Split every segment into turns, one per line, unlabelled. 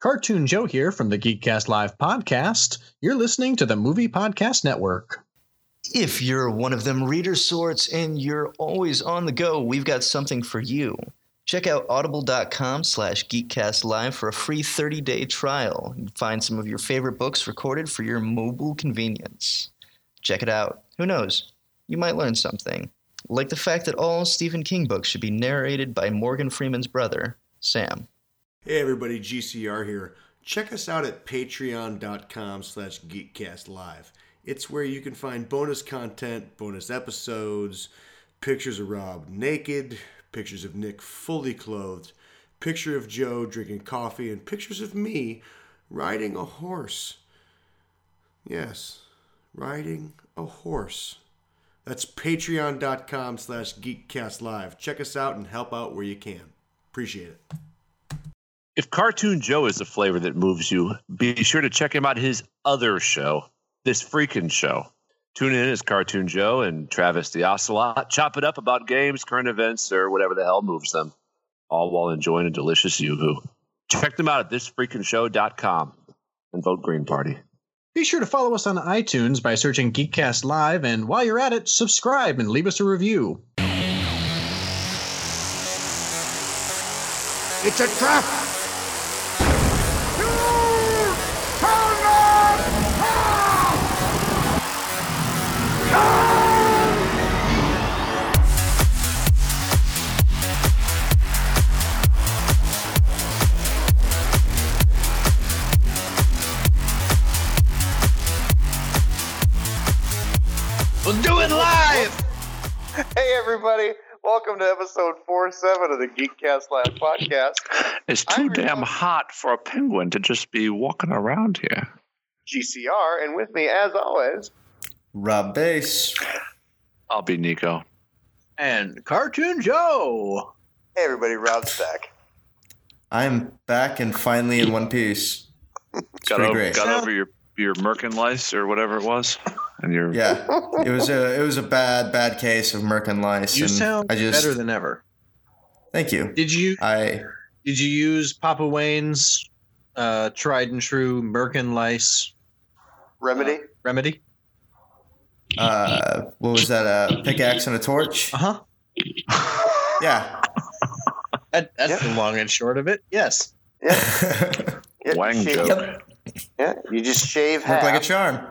Cartoon Joe here from the Geekcast Live podcast. You're listening to the Movie Podcast Network.
If you're one of them reader sorts and you're always on the go, we've got something for you. Check out audible.com slash geekcast live for a free 30-day trial. and Find some of your favorite books recorded for your mobile convenience. Check it out. Who knows? You might learn something. Like the fact that all Stephen King books should be narrated by Morgan Freeman's brother, Sam.
Hey everybody, GCR here. Check us out at patreon.com slash geekcastlive. It's where you can find bonus content, bonus episodes, pictures of Rob naked, pictures of Nick fully clothed, picture of Joe drinking coffee, and pictures of me riding a horse. Yes, riding a horse. That's patreon.com slash geekcastlive. Check us out and help out where you can. Appreciate it.
If Cartoon Joe is the flavor that moves you, be sure to check him out his other show, This Freakin' Show. Tune in as Cartoon Joe and Travis the Ocelot chop it up about games, current events, or whatever the hell moves them, all while enjoying a delicious yoo-hoo. Check them out at thisfreakingshow.com and vote Green Party.
Be sure to follow us on iTunes by searching Geekcast Live, and while you're at it, subscribe and leave us a review.
It's a trap!
We'll do it live!
Hey everybody, welcome to episode 47 of the Geekcast Live podcast.
It's
I
too
remember-
damn hot for a penguin to just be walking around here.
GCR, and with me as always,
Rob Bass.
I'll be Nico.
And Cartoon Joe!
hey everybody, Rob's back.
I'm back and finally in one piece. It's
Got,
pretty
o-
great.
got over your your Merkin lice or whatever it was, and your
Yeah, it was a it was a bad bad case of Merkin lice.
You
and
sound
I just,
better than ever.
thank you.
Did you
I
did you use Papa Wayne's uh, tried and true Merkin lice
Remedy?
remedy?
uh, what was that? A pickaxe and a torch?
Uh huh.
Yeah.
That, that's the long and short of it. Yes.
Yeah,
wang
you shave,
joke.
Yeah, you just shave half.
Worked like a charm.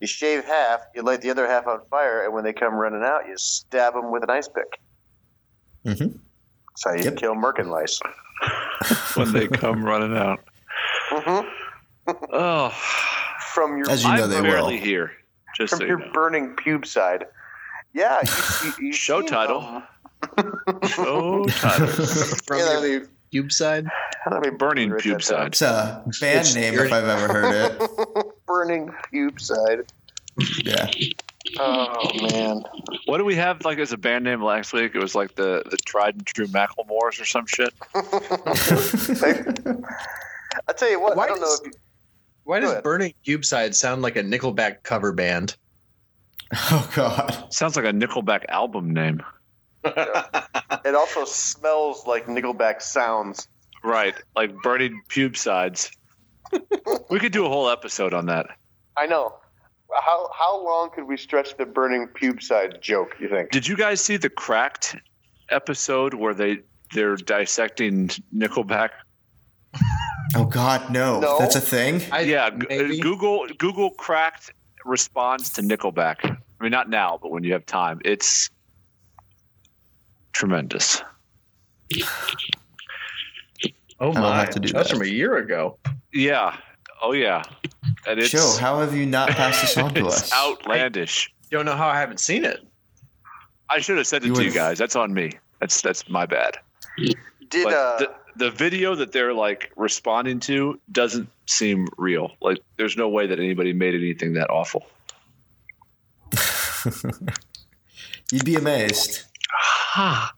you shave half, you light the other half on fire, and when they come running out, you stab them with an ice pick.
Mhm.
That's how you
Yep.
kill merkin lice.
when they come running out.
hmm
Oh,
From your
As you know
I'm
they will.
barely here. Just
from
so you
your
know.
burning pube side. Yeah, you, you, you
show
seen,
title.
um,
Show title.
From
yeah,
your
that'd be-
cube side.
that'd be
Burning
right
pube
that time.
side.
It's a band
It's
name
weird.
if I've ever heard it.
Burning pube side.
Yeah.
Oh man.
What do we have like as a band name last week? It was like the, the tried and true Macklemore's or some shit.
I tell you what,
Why
I don't
does-
know if you,
Why
Go
does
ahead.
Burning Cube Side sound like a Nickelback cover band?
Oh God.
Sounds like a Nickelback album name.
it also smells like Nickelback sounds.
Right, like birdied pube sides. we could do a whole episode on that.
I know. How how long could we stretch the burning pube side joke? You think?
Did you guys see the Cracked episode where they they're dissecting Nickelback?
Oh God. No.
No.
That's a thing.
I,
yeah, g- uh,
maybe.
Google Google Cracked responds to Nickelback. I mean, not now, but when you have time, it's tremendous.
Oh
I
my!
don't have to do
that's
that.
from a year ago.
Yeah, oh yeah, and it's
Joe, how have you not passed this on to
it's
us?
outlandish.
Don't know how I haven't seen it.
I should have sent it
You
to you
would've-
guys. That's on me. That's that's my bad.
Did
But
uh,
the, the video that they're like responding to doesn't seem real. Like, there's no way that anybody made anything that awful.
You'd be amazed.
Ah,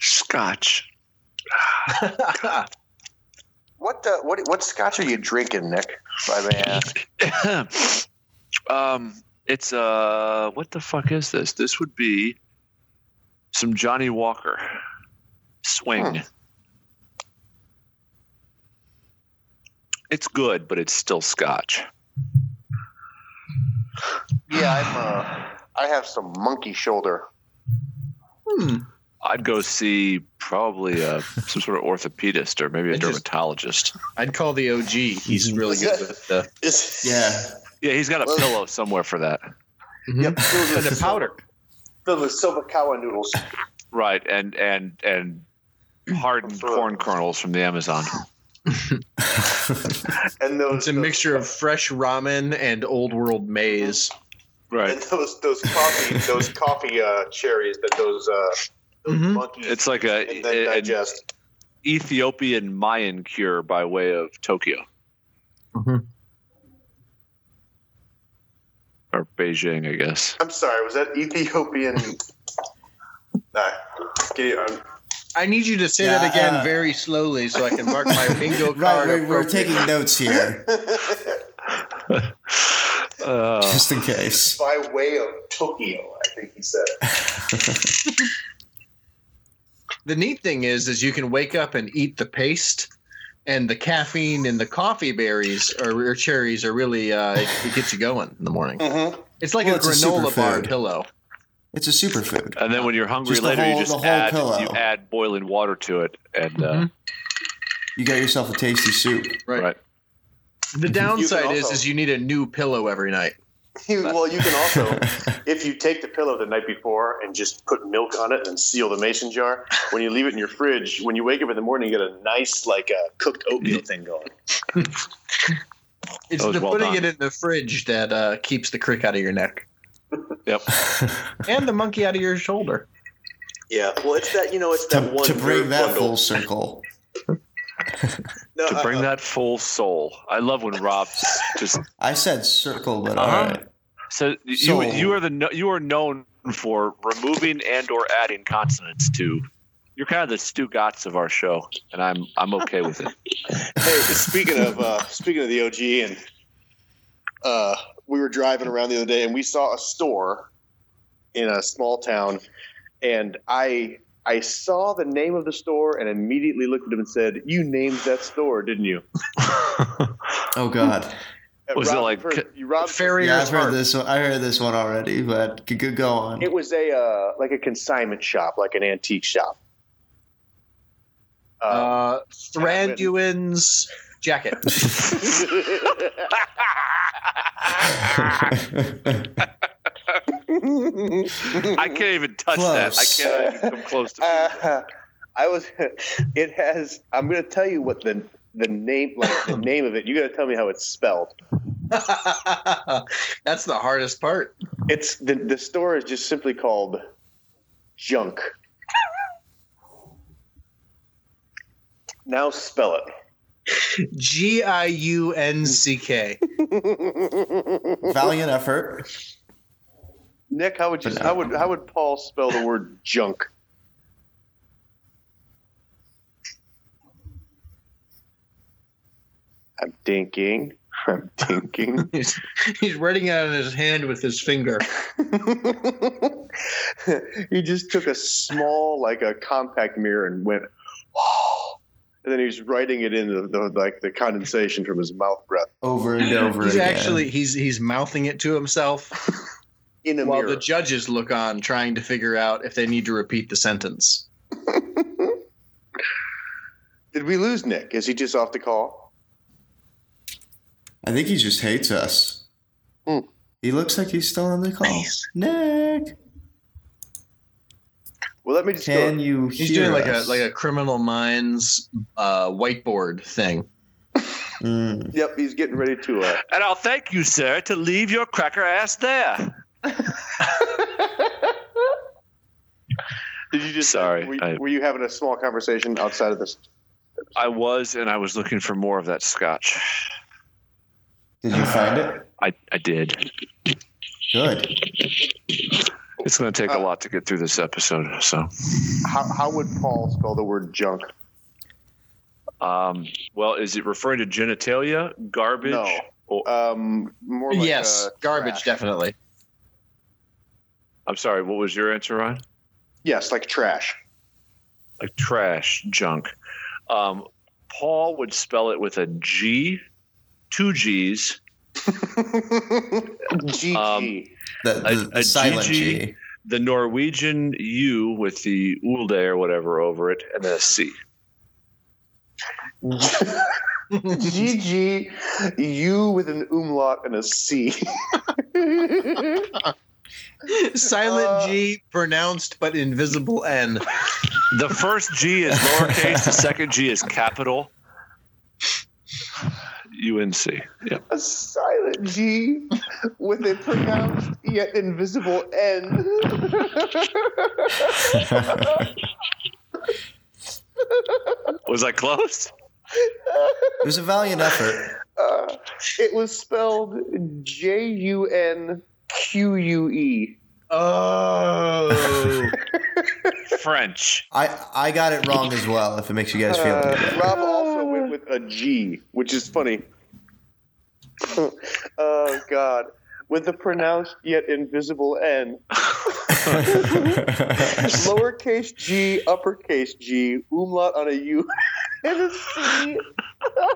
scotch.
what uh, what what scotch are you drinking, Nick? If I may ask.
um, it's uh, what the fuck is this? This would be some Johnny Walker swing. It's good, but it's still scotch.
Yeah, I'm. Uh, I have some monkey shoulder.
Hmm.
I'd go see probably uh some sort of orthopedist or maybe a
I just-
dermatologist.
I'd call the OG. He's
Mm-hmm.
really good with the
Yeah.
Yeah, he's got a
Well-
pillow somewhere for that.
Mm-hmm.
Filled
The
with,
powder.
filled with silver cow noodles.
Right, and and and hardened corn kernels from the Amazon.
And those.
It's a
those-
mixture of fresh ramen and old world maize.
Right.
And those those coffee those coffee uh, cherries that those uh, those
Mm-hmm.
Mhm.
monkeys
It's like a
and then
an
digest.
Ethiopian Mayan cure by way of Tokyo.
Mhm.
Or Beijing, I guess.
I'm sorry, was that Ethiopian? Nah. um, Okay, I'm-
I need you to say
Yeah,
that again
uh,
very slowly so I can mark my bingo card.
right, we're, we're
appropriately.
taking notes here,
Uh,
just in case.
by way of Tokyo, I think he said.
the neat thing is is you can wake up and eat the paste and the caffeine and the coffee berries or, or cherries are really uh, it, it gets you going in the morning.
Mm-hmm.
It's like
Well,
a
it's a
granola bar
superfood.
pillow.
It's a superfood.
and then when you're hungry
Just the
later,
whole-
you
the
just
whole
add
pillow.
you add boiling water to it, and uh,
Mhm.
You got yourself a tasty soup.
Right.
Right.
The downside is
also-
is you need a new pillow every night.
well, you can also, if you take the pillow the night before and just put milk on it and seal the mason jar, when you leave it in your fridge, when you wake up in the morning, you get a nice like uh, cooked oatmeal thing going.
It's
That was
the
well
putting it
done.
in the fridge that uh, keeps the crick out of your neck and the monkey out of your shoulder.
Yeah, well, it's that you know, it's that
to,
one
to bring
nerd
that
bundle.
full circle.
No,
to
uh,
bring
uh,
that full soul. I love when Rob s- just
I said circle, but
Uh-huh.
all right.
So you
So-
you are the kno- you are known for removing and or adding consonants to. You're kind of the Stu Gatz of our show, and I'm I'm okay with it.
hey, speaking of uh, speaking of the OG, and uh, we were driving around the other day, and we saw a store in a small town, and I I saw the name of the store and immediately looked at him and said, "You named that store, didn't you?"
Oh God.
Uh,
Was it like-
heard- you Rob?
Farrier's
Yeah, I've heard
heart.
this one. I heard this one already, but g- g- go on.
It was a uh, like a consignment shop, like an antique shop. Uh,
Uh, Thranduin's jacket.
Uh,
I can't even touch
Close.
that. I can't even come close to.
Uh, I was. It has. I'm going to tell you what the the name like the name of it. You got to tell me how it's spelled.
That's the hardest part.
It's the the store is just simply called Junk. Now spell it.
G I U N C K.
Valiant effort.
Nick, how would you how would how would Paul spell the word junk? I'm thinking. I'm thinking.
He's, he's writing it on his hand with his finger.
he just took a small, like a compact mirror, and went, "Wow." and then he was writing it in the, the like the condensation from his mouth breath
Over and over
He's
again.
actually he's he's mouthing it to himself
in a
while
mirror.
the judges look on, trying to figure out if they need to repeat the sentence.
Did we lose Nick? Is he just off the call?
I think he just hates us.
Hmm.
Mm.
He looks like he's still on the call. Nick,
Well, let me just
can
go.
you
He's
hear
doing like
us?
a like a criminal minds uh, whiteboard thing.
Mm.
Yep, he's getting ready to. Uh,
And I'll thank you, sir, to leave your cracker ass there.
Did you just uh,
Sorry,
Were,
I-
were you having a small conversation outside of this?
I was, and I was looking for more of that scotch.
Did you find it?
I, I did.
Good.
It's going to take a lot to get through this episode. So,
How, how would Paul spell the word junk?
um, well, is it referring to genitalia, garbage,
No.
or
Um, more like
yes,
uh,
garbage
trash.
definitely.
I'm sorry, what was your answer, Ryan?
Yes, like trash.
Like trash, junk. Um, Paul would spell it with a G two G's,
GG.
Um,
The, the,
A-
the
a
silent
GG.
G.
the Norwegian U with the ulde or whatever over it, and then a C.
GG. You with an umlaut and a C.
Silent
Uh,
G, pronounced but invisible N.
The first G is lowercase. the second G is capital. UNC. Yeah.
a silent G with a pronounced yet invisible N.
it
Was I close?
was a valiant effort.
Uh, it was spelled J U N Q U E.
Oh.
French.
I, I got it wrong as well, if it makes you guys feel any
Uh,
better.
Rob also went with a G, which is funny. oh God, with a pronounced yet invisible N. Lowercase G, uppercase G, umlaut on a U, and a C. oh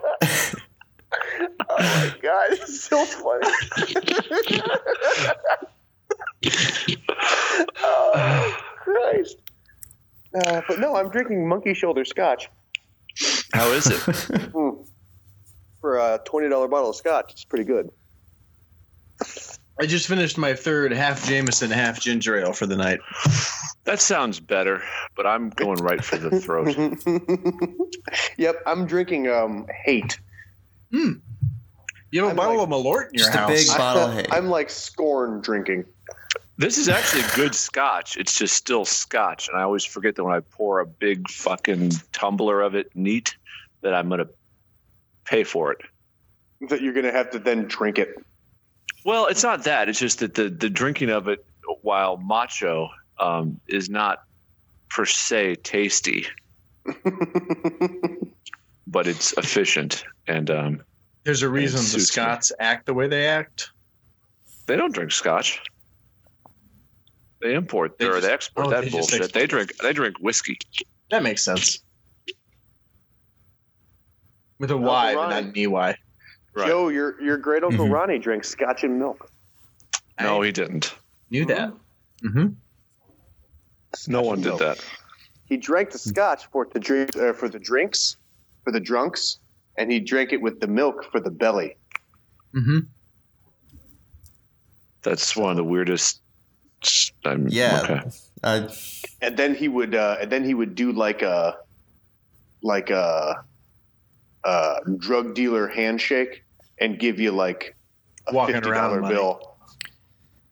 my God, it's so funny. oh Christ. Uh, but no, I'm drinking monkey shoulder scotch.
How is it?
Mm. For a twenty dollar bottle of scotch, it's pretty good.
I just finished my third half Jameson, half ginger ale for the night.
That sounds better, but I'm going right for the throat.
yep, I'm drinking um hate.
You have a
I'm
bottle
like-
of Malort in your
Just a
house.
big bottle of
I,
hate.
am like scorn drinking.
This is actually good scotch. It's just still scotch, and I always forget that when I pour a big fucking tumbler of it neat, that I'm gonna pay for it.
That you're gonna have to then drink it.
Well, it's not that. It's just that the the drinking of it while macho um, is not per se tasty, but it's efficient, and um,
There's a reason the
suits me.
Scots act the way they act.
they don't drink scotch. They import
They
or
just-
they export
oh,
that
they just
bullshit.
export.
They drink they drink whiskey.
That makes sense. With a Y, but not an EY.
Right.
Joe, your your great uncle
Mm-hmm.
Mhm.
Ronnie drinks scotch and milk.
No, he didn't.
Knew that. Mm-hmm.
No one did that.
He drank
Mm-hmm.
the scotch for the drink uh, for the drinks, for the drunks, and he drank it with the milk for the belly.
Mm-hmm.
That's one of the weirdest. I'm,
Yeah.
okay.
Uh,
and then he would uh, and then he would do like a like a, uh drug dealer handshake and give you like a
Walking
fifty
around
dollar
money.
bill.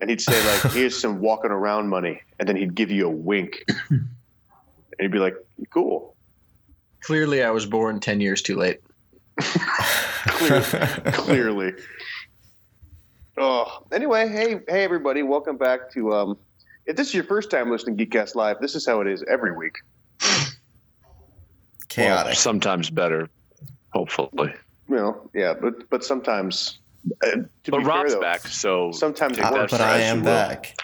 And he'd say like, "Here's some walking around money," and then he'd give you a wink, and he'd be like, "Cool."
Clearly, I was born 10 years too late.
clearly. Oh, anyway, hey, hey, everybody, welcome back to. Um, if this is your first time listening to Geekcast Live, this is how it is every week.
Well,
chaotic.
sometimes better, hopefully.
You know, yeah, but but sometimes. Uh, to
But
be
Rob's
fair, though,
back, so
Sometimes it
Uh,
works.
but I
as
am
you will.
back.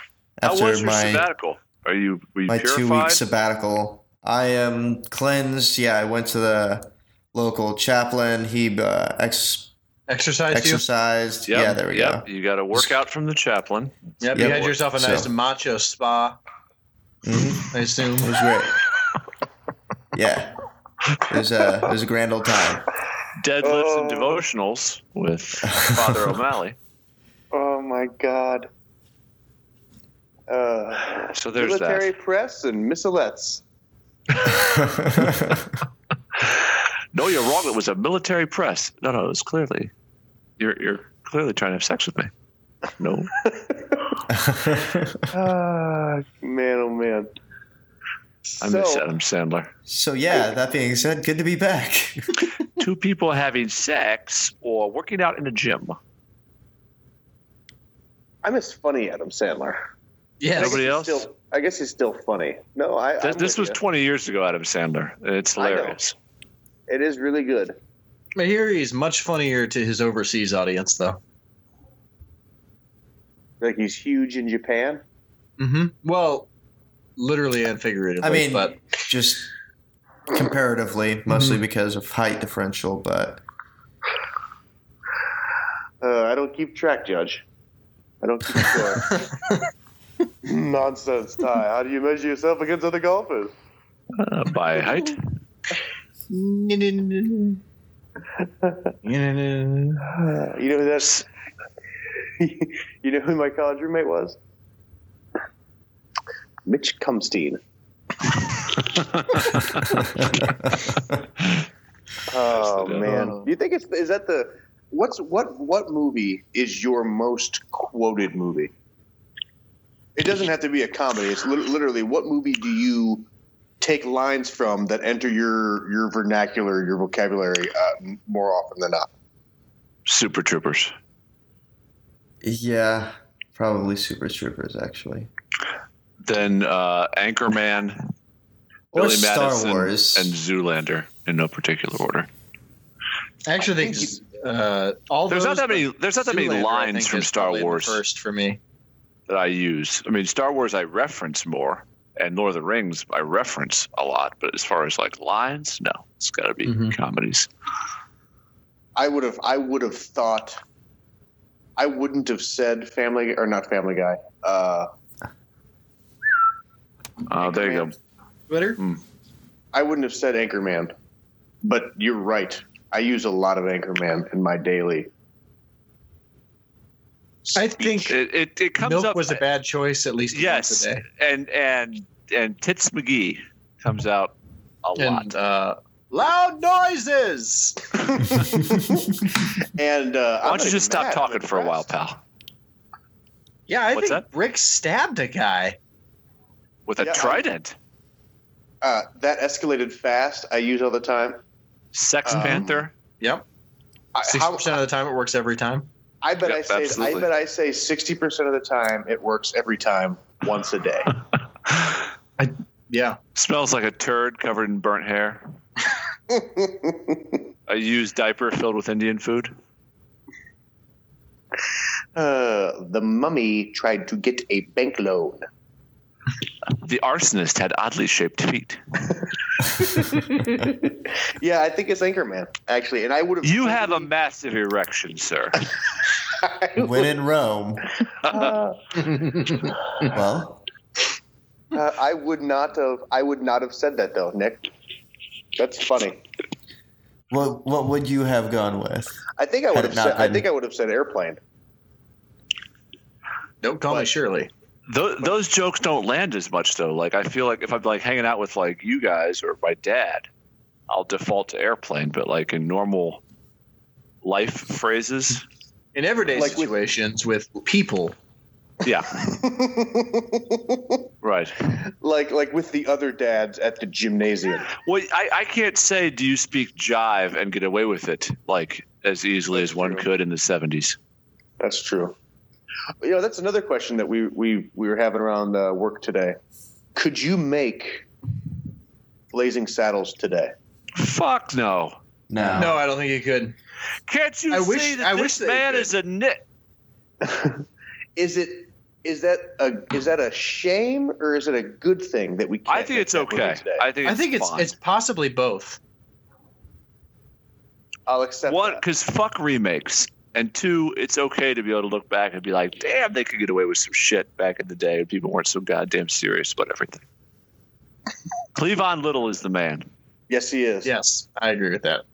how was
After
your
my,
sabbatical? Are you were you
my two
purified?
week sabbatical, I am cleansed. Yeah, I went to the local chaplain. He uh, ex-
Exercise
exercised.
Yep,
Yeah, there we
yep. You got a workout from the chaplain.
you? Yep,
Yep.
you had yourself a nice
So-
macho spa,
go. Mhm.
I assume.
It was great. yeah, it was a it was a grand old time.
Deadlifts
Oh.
and devotionals with Father O'Malley.
Oh my god. Uh,
So there's
military press and missalettes.
that. No, you're wrong. It was a military press. No, no, it was clearly you're you're clearly trying to have sex with me. No,
Ah, man, oh man.
I
so,
miss Adam Sandler.
so yeah, that being said, good to be back.
Two people having sex or working out in a gym.
I miss funny Adam Sandler.
Yes.
Nobody
He's
else?
Still, I guess he's still funny. No, I.
Th-
I'm
this was
with ya.
20 years ago, Adam Sandler. It's
I know.
hilarious.
It is really good.
But here he's much funnier to his overseas audience, though.
Like he's huge in Japan.
Mm-hmm. Well, literally and figuratively.
I mean,
but
just comparatively, mostly because of height differential, but
Uh, don't keep track, Judge. I don't keep score. Nonsense, Ty. How do you measure yourself against other golfers?
Uh, by height.
You know who that's. you know who my college roommate was? Mitch Cumstein. Oh
Yes, they do.
man, do you think it's is that the what's what what movie is your most quoted movie? It doesn't have to be a comedy. It's lit- literally what movie do you take lines from that enter your your vernacular, your vocabulary uh, m- more often than not?
Super Troopers.
Yeah, probably Super Troopers actually.
Then uh, Anchorman,
Or
Billy
Star
Madison,
Wars.
and Zoolander in no particular order.
I actually think uh, all
There's not
those,
that many.
but
There's not that many
Zoolander, I
lines
think,
from
is
Star
probably the
Wars
first for me.
that I use. I mean, Star Wars I reference more, and Lord of the Rings I reference a lot. But as far as like lines, no, it's got to be
Mhm.
comedies.
I would have I would have thought I wouldn't have said Family or not Family Guy. Uh,
Uh, there you go.
Twitter.
I wouldn't have said Anchorman, but you're right. I use a lot of Anchorman in my daily.
I think
It it, it comes
Milk
up
was a bad choice at least
Yes,
once a day.
and and and Tits McGee comes out a
And
lot.
uh, loud noises.
And uh,
Why don't you just stop talking for a while, pal?
Yeah, I
What's
think Rick stabbed a guy.
With a
Yeah, I-
trident,
Uh, that escalated fast. I use all the time.
Sex
Um,
Panther.
Yep,
I,
sixty
how,
percent of the time it works every time.
I bet
Yep,
I say
absolutely.
I bet I say sixty percent of the time it works every time once a day.
Yeah,
Smells like a turd covered in burnt hair. a used diaper filled with Indian food.
uh, the mummy tried to get a bank loan.
The arsonist had oddly shaped feet.
Yeah, I think it's Anchorman actually, and I would have.
You have a massive erection, sir.
when in Rome.
Uh,
Well,
Uh, I would not have. I would not have said that though, Nick. That's funny.
what what would you have gone with?
I think I
Had
would
it
have
not
said. I
been-
think I would have said airplane.
don't call me Shirley.
Tho- those jokes don't land as much though. Like I feel like if I'm like hanging out with like you guys or my dad, I'll default to airplane. But like in normal life phrases,
In everyday
Like with-
situations with, people,
yeah, right.
like like with the other dads at the gymnasium.
Well, I, I can't say do you speak jive and get away with it like as easily as one
True.
could in the '70s.
That's true. You know, that's another question that we we we were having around uh, work today. Could you make blazing saddles today?
Fuck no. Oh.
No.
no, I don't think you could.
Can't you
I
see
wish-
that
I wish
this
that you
man
could.
is a nit?
Is it is that a is that a shame or is it a good thing that we? Can't
I think
make
it's
that movie
okay.
Today?
I think
I think it's
fine.
it's possibly both.
I'll accept
One,
that.
because fuck remakes, and two, it's okay to be able to look back and be like, damn, they could get away with some shit back in the day. when People weren't so goddamn serious about everything. Cleavon Little is the man.
Yes, he is.
Yes, I agree with that.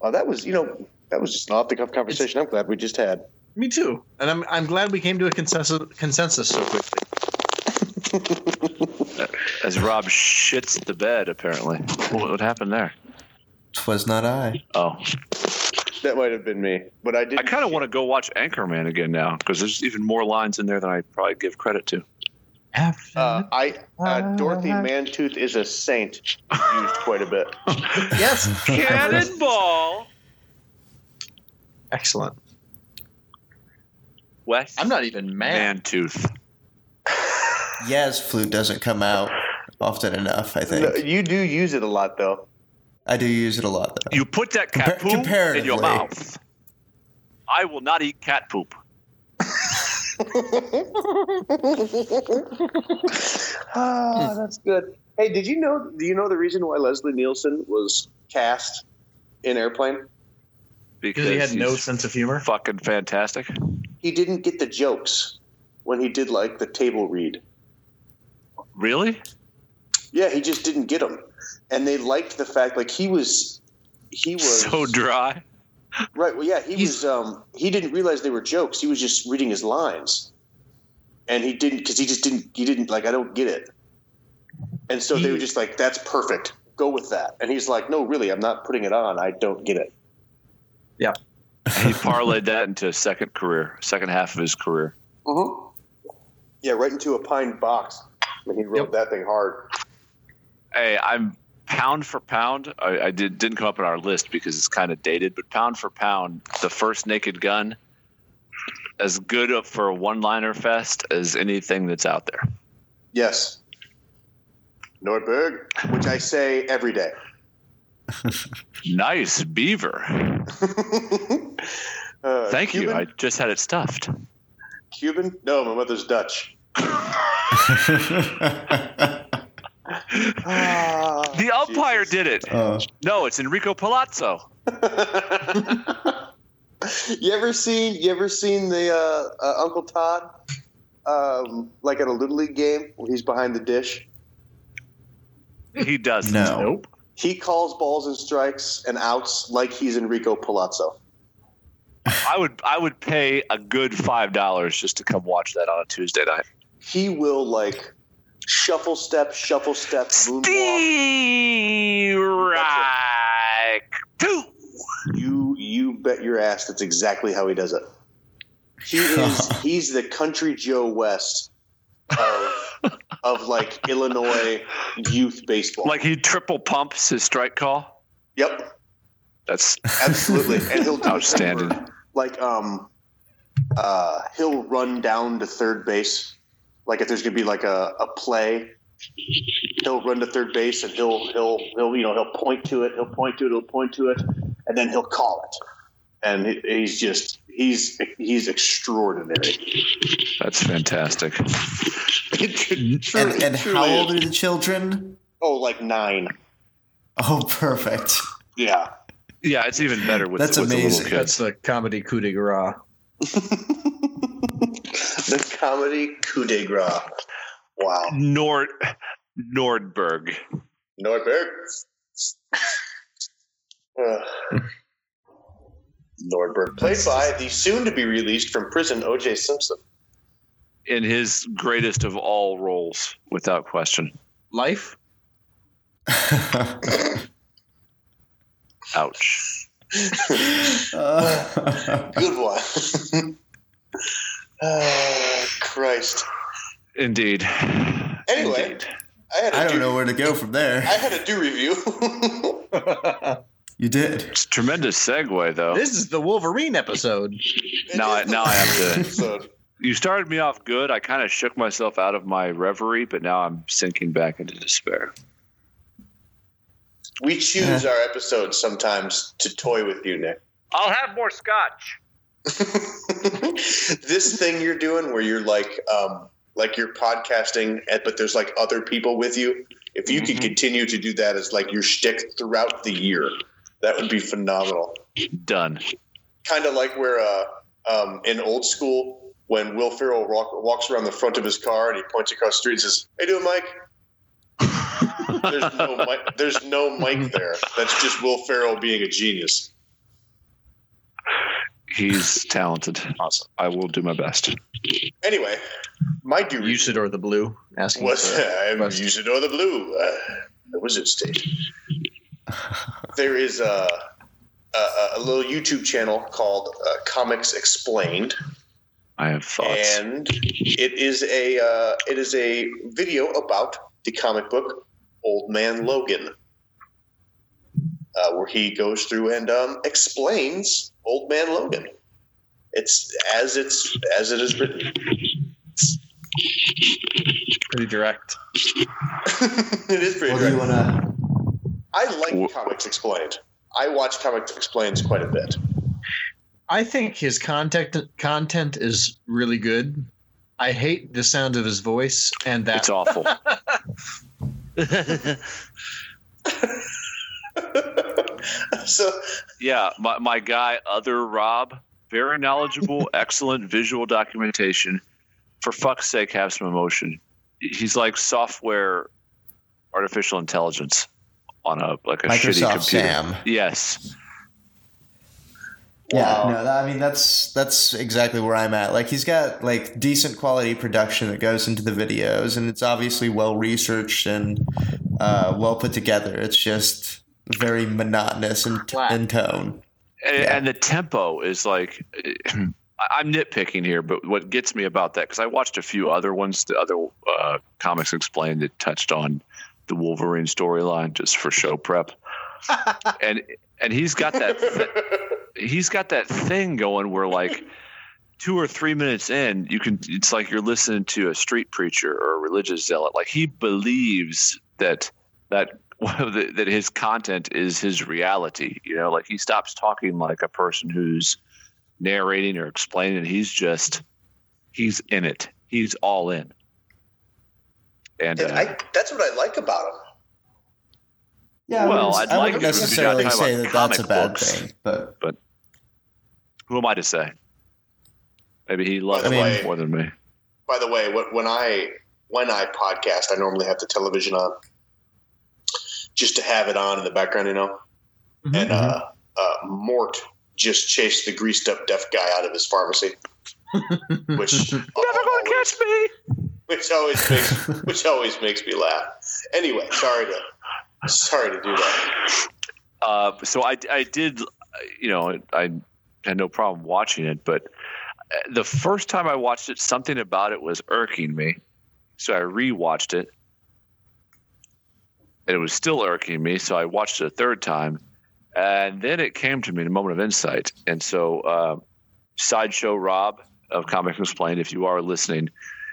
Well, Oh, that was you know that was just an off the cuff conversation. I'm glad we just had.
Me too, and I'm I'm glad we came to a consensus consensus so quickly.
As Rob shits the bed, apparently. What, what happened there?
Twas not I.
Oh,
That might have been me, but I did.
I kind of want to go watch Anchorman again now because there's even more lines in there than I probably give credit to.
After
Uh, I uh, Dorothy Mantooth is a saint. Used quite a bit.
yes,
Cannonball
excellent.
West
I'm not even mad.
Mantooth.
Yaz flute doesn't come out often enough. I think
No, you do use it a lot though.
I do use it a lot though.
You put that
Compar-
cat poop in your
comparatively.
mouth. I will not eat cat poop.
Ah, that's good. Hey, did you know? Do you know the reason why Leslie Nielsen was cast in Airplane?
because he had no
he's
sense of humor.
Fucking fantastic.
He didn't get the jokes when he did like the table read.
Really?
Yeah, he just didn't get them, and they liked the fact like he was he was
So dry.
Right. Well, yeah, he
He's-
was. Um, he didn't realize they were jokes. He was just reading his lines, and he didn't because he just didn't. He didn't like. I don't get it. And so they
He-
were just like, "That's perfect. Go with that." And he's like, "No, really, I'm not putting it on. I don't get it."
He parlayed that into a second career, second half of his career.
Mm-hmm. Yeah, right into a pine box. And he wrote that thing hard.
Hey, I'm pound for pound. I, I did didn't come up in our list because it's kind of dated, but pound for pound, the first Naked Gun, as good up for a one-liner fest as anything that's out there.
Yes. Nordberg, which I say every day.
Nice beaver.
Uh,
Thank you.
Cuban?
I just had it stuffed.
Cuban? No, my mother's Dutch.
The umpire
Ah, Jesus.
did it.
oh,
No, it's Enrico Palazzo.
you ever seen you ever seen the uh, uh, Uncle Todd um, like at a little league game where he's behind the dish?
He doesn't.
no.
He calls balls and strikes and outs like he's Enrico Palazzo.
I would I would pay a good five dollars just to come watch that on a Tuesday night.
He will like shuffle step, shuffle step, moonwalk.
Steve Reich. Two.
You you bet your ass that's exactly how he does it. He is he's the country Joe West of of like Illinois youth baseball.
Like he triple pumps his strike call.
yep.
That's
Absolutely, and he'll do
Outstanding.
whatever. Like um, uh, he'll run down to third base. Like if there's gonna be like a, a play, he'll run to third base and he'll he'll he'll you know he'll point to it, he'll point to it, he'll point to it, and then he'll call it. And he- he's just he's he's extraordinary.
that's fantastic.
Truly-
And, and how
truly
old
is.
are the children?
Oh, like nine.
Oh, perfect.
Yeah.
Yeah, it's even better with,
That's
with the little
amazing.
That's
kids.
the comedy coup de grace.
the comedy coup de grace. Wow.
Nord Nordberg.
Nordberg. Uh, Nordberg, played by the soon to be released from prison O.J. Simpson.
In his greatest of all roles, without question.
Life.
Ouch.
Good one. Ah, Christ.
Indeed.
Anyway,
Indeed.
I had a
I
do,
don't know where to go from there.
I had a do review.
You did.
It's a tremendous segue though.
This is the Wolverine episode.
Now I- now I have to-
Episode.
you started me off good. I kind of shook myself out of my reverie, but now I'm sinking back into despair.
We choose our episodes sometimes to toy with you, Nick.
I'll have more scotch.
this thing you're doing where you're like um like you're podcasting eh, but there's like other people with you if you could continue to do that as like your shtick throughout the year that would be phenomenal
Done.
kind of like where uh um in old school when Will Ferrell walk, walks around the front of his car and he points across the street and says hey doing Mike there's no Mike there's no Mike there that's just Will Ferrell being a genius
He's talented.
awesome
I will do my best.
anyway my do
Usador the Blue. Asking
Was
for-
I'm
Bust.
using all the blue. Uh, the wizard state. there is a, a a little YouTube channel called uh, Comics Explained,
I have thoughts.
and it is a uh, it is a video about the comic book Old Man Logan, uh, where he goes through and um, explains Old Man Logan. It's as it's as it is written.
pretty direct.
it is pretty.
Well, do you
direct.
want to?
I like
Wha-
Comics Explained. I watch Comics Explained quite a bit.
I think his content content is really good. I hate the sound of his voice and that
it's awful.
That's so
Yeah, my, my guy, other Rob, very knowledgeable, excellent visual documentation. For fuck's sake, have some emotion. He's like software, artificial intelligence on a like a shitty computer.
Microsoft Sam.
Yes,
Yeah, no, that, I mean that's that's exactly where I'm at. Like he's got like decent quality production that goes into the videos, and it's obviously well researched and uh, well put together. It's just very monotonous in,
Flat.
in tone.
and,
Yeah. Hmm.
and the tempo is like. I- I'm nitpicking here, but what gets me about that because I watched a few other ones, the other uh, comics explained that touched on the Wolverine storyline just for show prep, and and he's got that he's got that thing going where like two or three minutes in you can it's like you're listening to a street preacher or a religious zealot like he believes that that that his content is his reality you know like he stops talking like a person who's narrating or explaining he's just he's in it he's all in and,
and
uh,
I, that's what I like about him.
Yeah,
Well, I'd
I wouldn't, I
like
wouldn't
it if we got
necessarily
talking
say
about
that that's a
comic
bad
books.
thing, but
who am i to say maybe he loves
I
it
mean-
more than me
By the way, wh- when I when I podcast, I normally have the television on just to have it on in the background, you know.
Mhm.
And uh, uh, Mort just chased the greased up deaf guy out of his pharmacy, which never gonna catch me. Which always makes which always makes me laugh. Anyway, sorry to sorry to do that.
Uh, so I, I did, you know, I had no problem watching it, but uh, the first time I watched it, something about it was irking me. So I rewatched it. And it was still irking me. So I watched it a third time. And then it came to me in a moment of insight. And so, uh, Sideshow Rob of Comic Explained, if you are listening,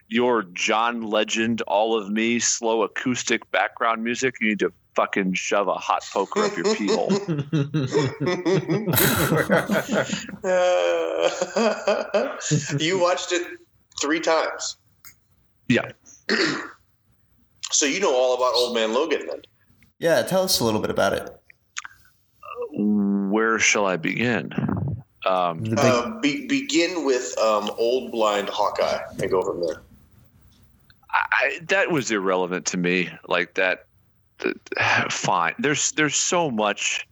your John Legend, all of me, slow acoustic background music, you need to fucking shove a hot poker up your pee hole.
Uh, you watched it three times.
Yeah.
So you know all about Old Man Logan then.
yeah, tell us a little bit about it.
Where shall I begin? Um,
The big-
Uh, be, begin with um, Old Blind Hawkeye and go from there.
I, that was irrelevant to me. Like that, th- fine. There's there's so much.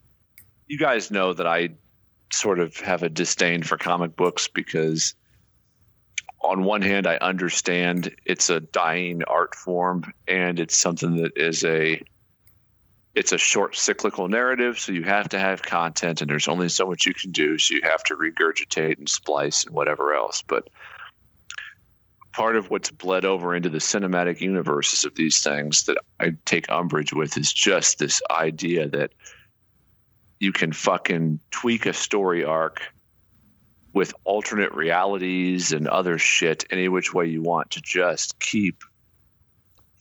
You guys know that I sort of have a disdain for comic books because, on one hand, I understand it's a dying art form and it's something that is a it's a short cyclical narrative, so you have to have content, and there's only so much you can do, so you have to regurgitate and splice and whatever else. But part of what's bled over into the cinematic universes of these things that I take umbrage with is just this idea that you can fucking tweak a story arc with alternate realities and other shit any which way you want to just keep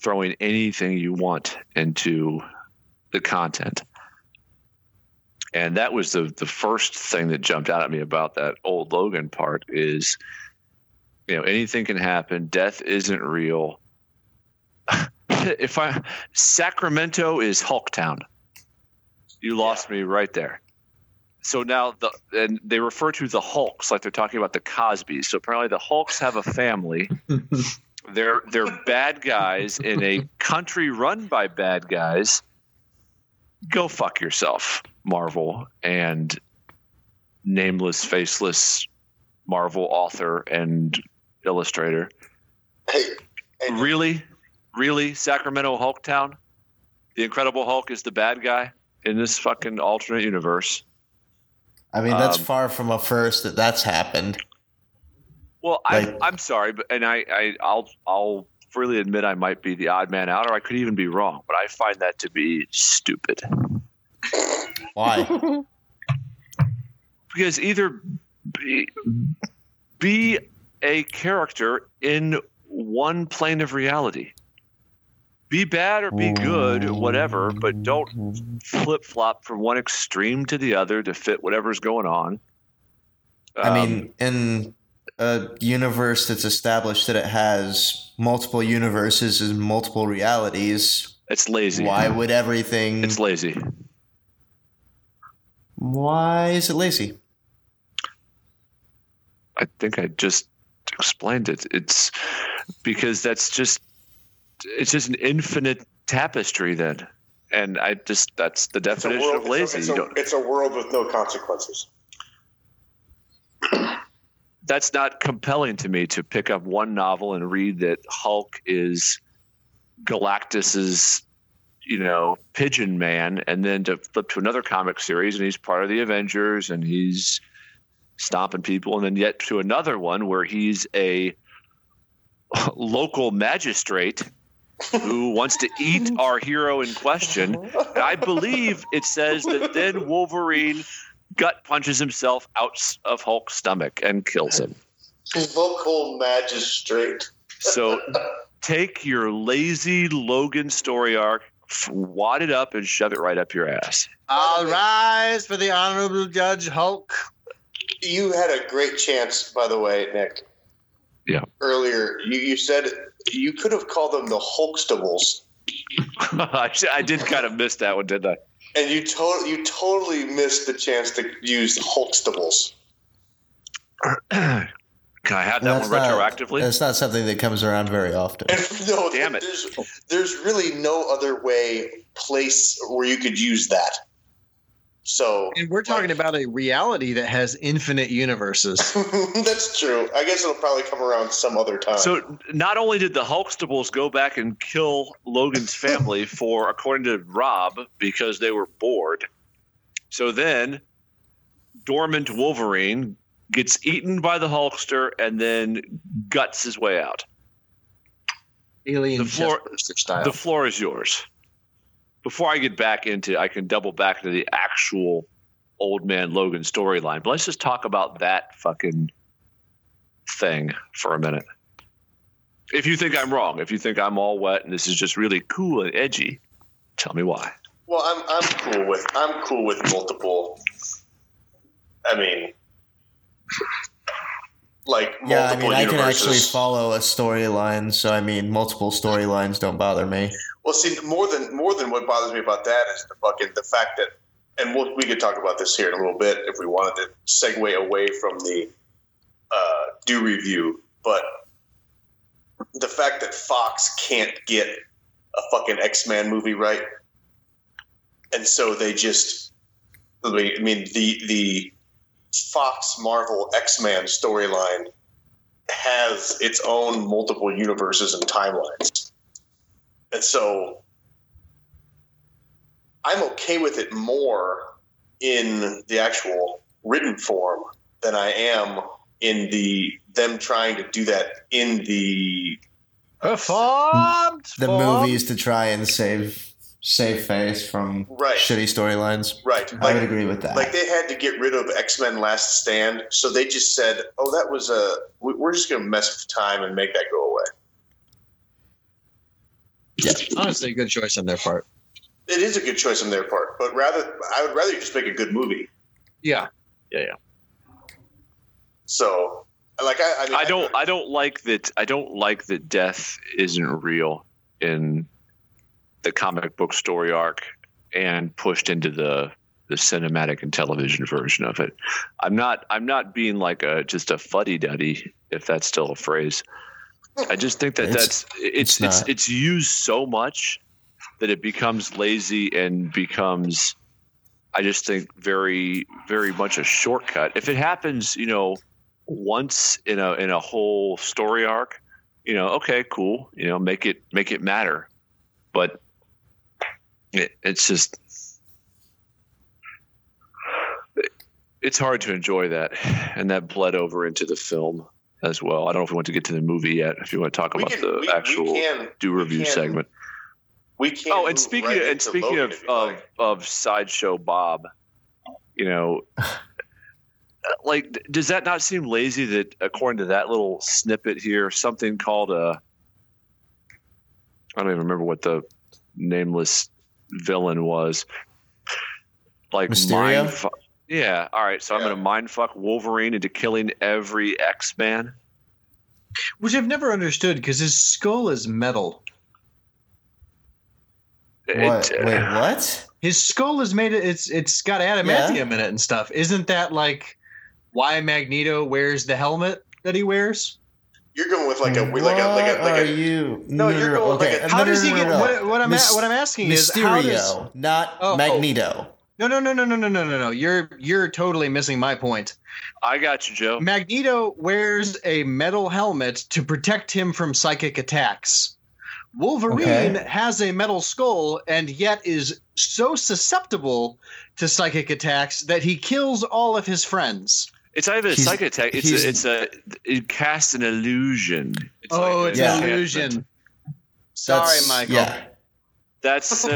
throwing anything you want into the content. And that was the the first thing that jumped out at me about that old Logan part is you know anything can happen death isn't real if i sacramento is hulktown you lost me right there so now the and they refer to the hulks like they're talking about the cosbys so apparently the hulks have a family they're they're bad guys in a country run by bad guys go fuck yourself marvel and nameless faceless marvel author and illustrator.
Hey, and-
Really? Really? Sacramento Hulk Town? The Incredible Hulk is the bad guy in this fucking alternate universe.
I mean, that's
um,
far from a first that that's happened.
Well,
Like-
I, I'm sorry, but and I, I I'll I'll freely admit I might be the odd man out, or I could even be wrong. But I find that to be stupid
Why?
because either be, be a character in one plane of reality, be bad or be good, whatever, but don't flip flop from one extreme to the other to fit whatever's going on.
I
Um,
mean, in a universe that's established that it has multiple universes and multiple realities,
it's lazy.
why would everything
It's lazy.
Why is it lazy?
I think I just explained it. It's because that's just it's just an infinite tapestry then. And I just that's the
It's a
definition
world-
of lazy.
It's
you
a,
don't,
it's a world with no consequences.
that's not compelling to me to pick up one novel and read that Hulk is Galactus's, you know, pigeon man, and then to flip to another comic series and he's part of the Avengers and he's stomping people, and then yet to another one where he's a local magistrate who wants to eat our hero in question. And I believe it says that then Wolverine gut punches himself out of Hulk's stomach and kills him.
Local magistrate.
So take your lazy Logan story arc, f- wad it up, and shove it right up your ass.
I'll rise for the honorable Judge Hulk.
You had a great chance, by the way, Nick.
Yeah.
Earlier, you, you said you could have called them the Hulkstables,
I sh- I did kind of miss that one, didn't I?
and you totally you totally missed the chance to use Hulkstables.
Can I have that one retroactively?
That's not something that comes around very often.
And no,
Damn it.
There's, there's really no other way place where you could use that. So
And we're talking about a reality that has infinite universes.
that's true. I guess it'll probably come around some other time.
So not only did the Hulkstables go back and kill Logan's family for, according to Rob, because they were bored. So then, dormant Wolverine gets eaten by the Hulkster and then guts his way out.
Alien
The floor-
chestburster style.
The floor is yours. Before I get back into, I can double back to the actual old man Logan storyline. But let's just talk about that fucking thing for a minute. If you think I'm wrong, if you think I'm all wet and this is just really cool and edgy, tell me why.
Well, I'm I'm cool with I'm cool with multiple. I mean, like
yeah, I
multiple
mean, I can
universes.
actually follow a storyline, so I mean, multiple storylines don't bother me.
well, see, more than more than what bothers me about that is the fucking the fact that, and we'll, we could talk about this here in a little bit if we wanted to segue away from the uh, do review, but the fact that Fox can't get a fucking X Men movie right, and so they just, I mean the the Fox Marvel X Men storyline has its own multiple universes and timelines, and so I'm okay with it more in the actual written form than I am in the them trying to do that in the
Performed
The
for-
movies to try and save save face from
right
shitty storylines.
right
I would
like
agree with that.
like they had to get rid of x-men last stand so they just said oh that was a we- we're just going to mess with time and make that go away
Honestly, good choice on their part.
it is a good choice on their part but rather i would rather you just make a good movie
Yeah.
so like i, I, mean,
I don't I don't like that I don't like that death isn't real in the comic book story arc and pushed into the the cinematic and television version of it. I'm not I'm not being like a just a fuddy duddy if that's still a phrase. I just think that
It's-
that's it's
it's
it's, it's
not.
used so much that it becomes lazy and becomes I just think very very much a shortcut. If it happens, you know, once in a in a whole story arc, you know, okay, cool, you know, make it make it matter. But it, it's just it's hard to enjoy that, and that bled over into the film as well. I don't know if we want to get to the movie yet. If you want to talk
we
about
can,
the
we,
actual
we can
do review
can-
segment
we can
oh, and speaking of, and speaking of, um, of of sideshow Bob, you know, like d- does that not seem lazy that according to that little snippet here, something called a I don't even remember what the nameless villain was, like
Mysterio?
mind fu- yeah. All right, so I'm
Yeah.
gonna mind fuck Wolverine into killing every X Man.
Which I've never understood because his skull is metal.
What?
uh,
It-
Wait, what?
His skull is made. It's it's got adamantium in it and stuff. Isn't that like why Magneto wears the helmet that he wears?
You're going with like a like a like a,
What are
like a
you?
No, you're going like a-
How
no, no,
does he
no,
get?
no, no.
What, what I'm
Mys-
a- what I'm asking is how
Mysterio,
does?
not
Oh, oh.
Magneto.
No, no, no, no, no, no, no, no, no. You're you're totally missing my point.
I got you, Joe.
Magneto wears a metal helmet to protect him from psychic attacks. Wolverine has a metal skull and yet is so susceptible to psychic attacks that he kills all of his friends.
It's not even a
He's-
psychic attack. It's
he's-
a, it's a it casts an illusion. It's
oh,
like
it's
a-
yeah.
an illusion. Sorry,
That's-
Michael.
Yeah,
That's so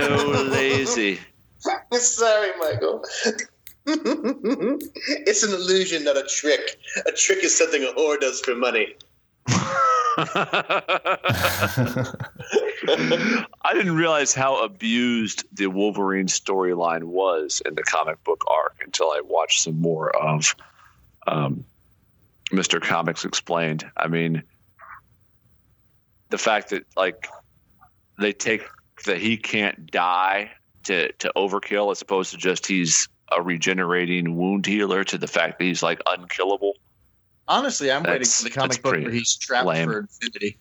lazy.
Sorry, Michael. it's an illusion, not a trick. A trick is something a whore does for money.
I didn't realize how abused the Wolverine storyline was in the comic book arc until I watched some more of um, Mr. Comics Explained. I mean, the fact that like they take that he can't die to to overkill as opposed to just he's a regenerating wound healer to the fact that he's like unkillable.
Honestly, I'm waiting
That's-
for the
that's
comic book
pretty
where he's trapped
lame.
for infinity.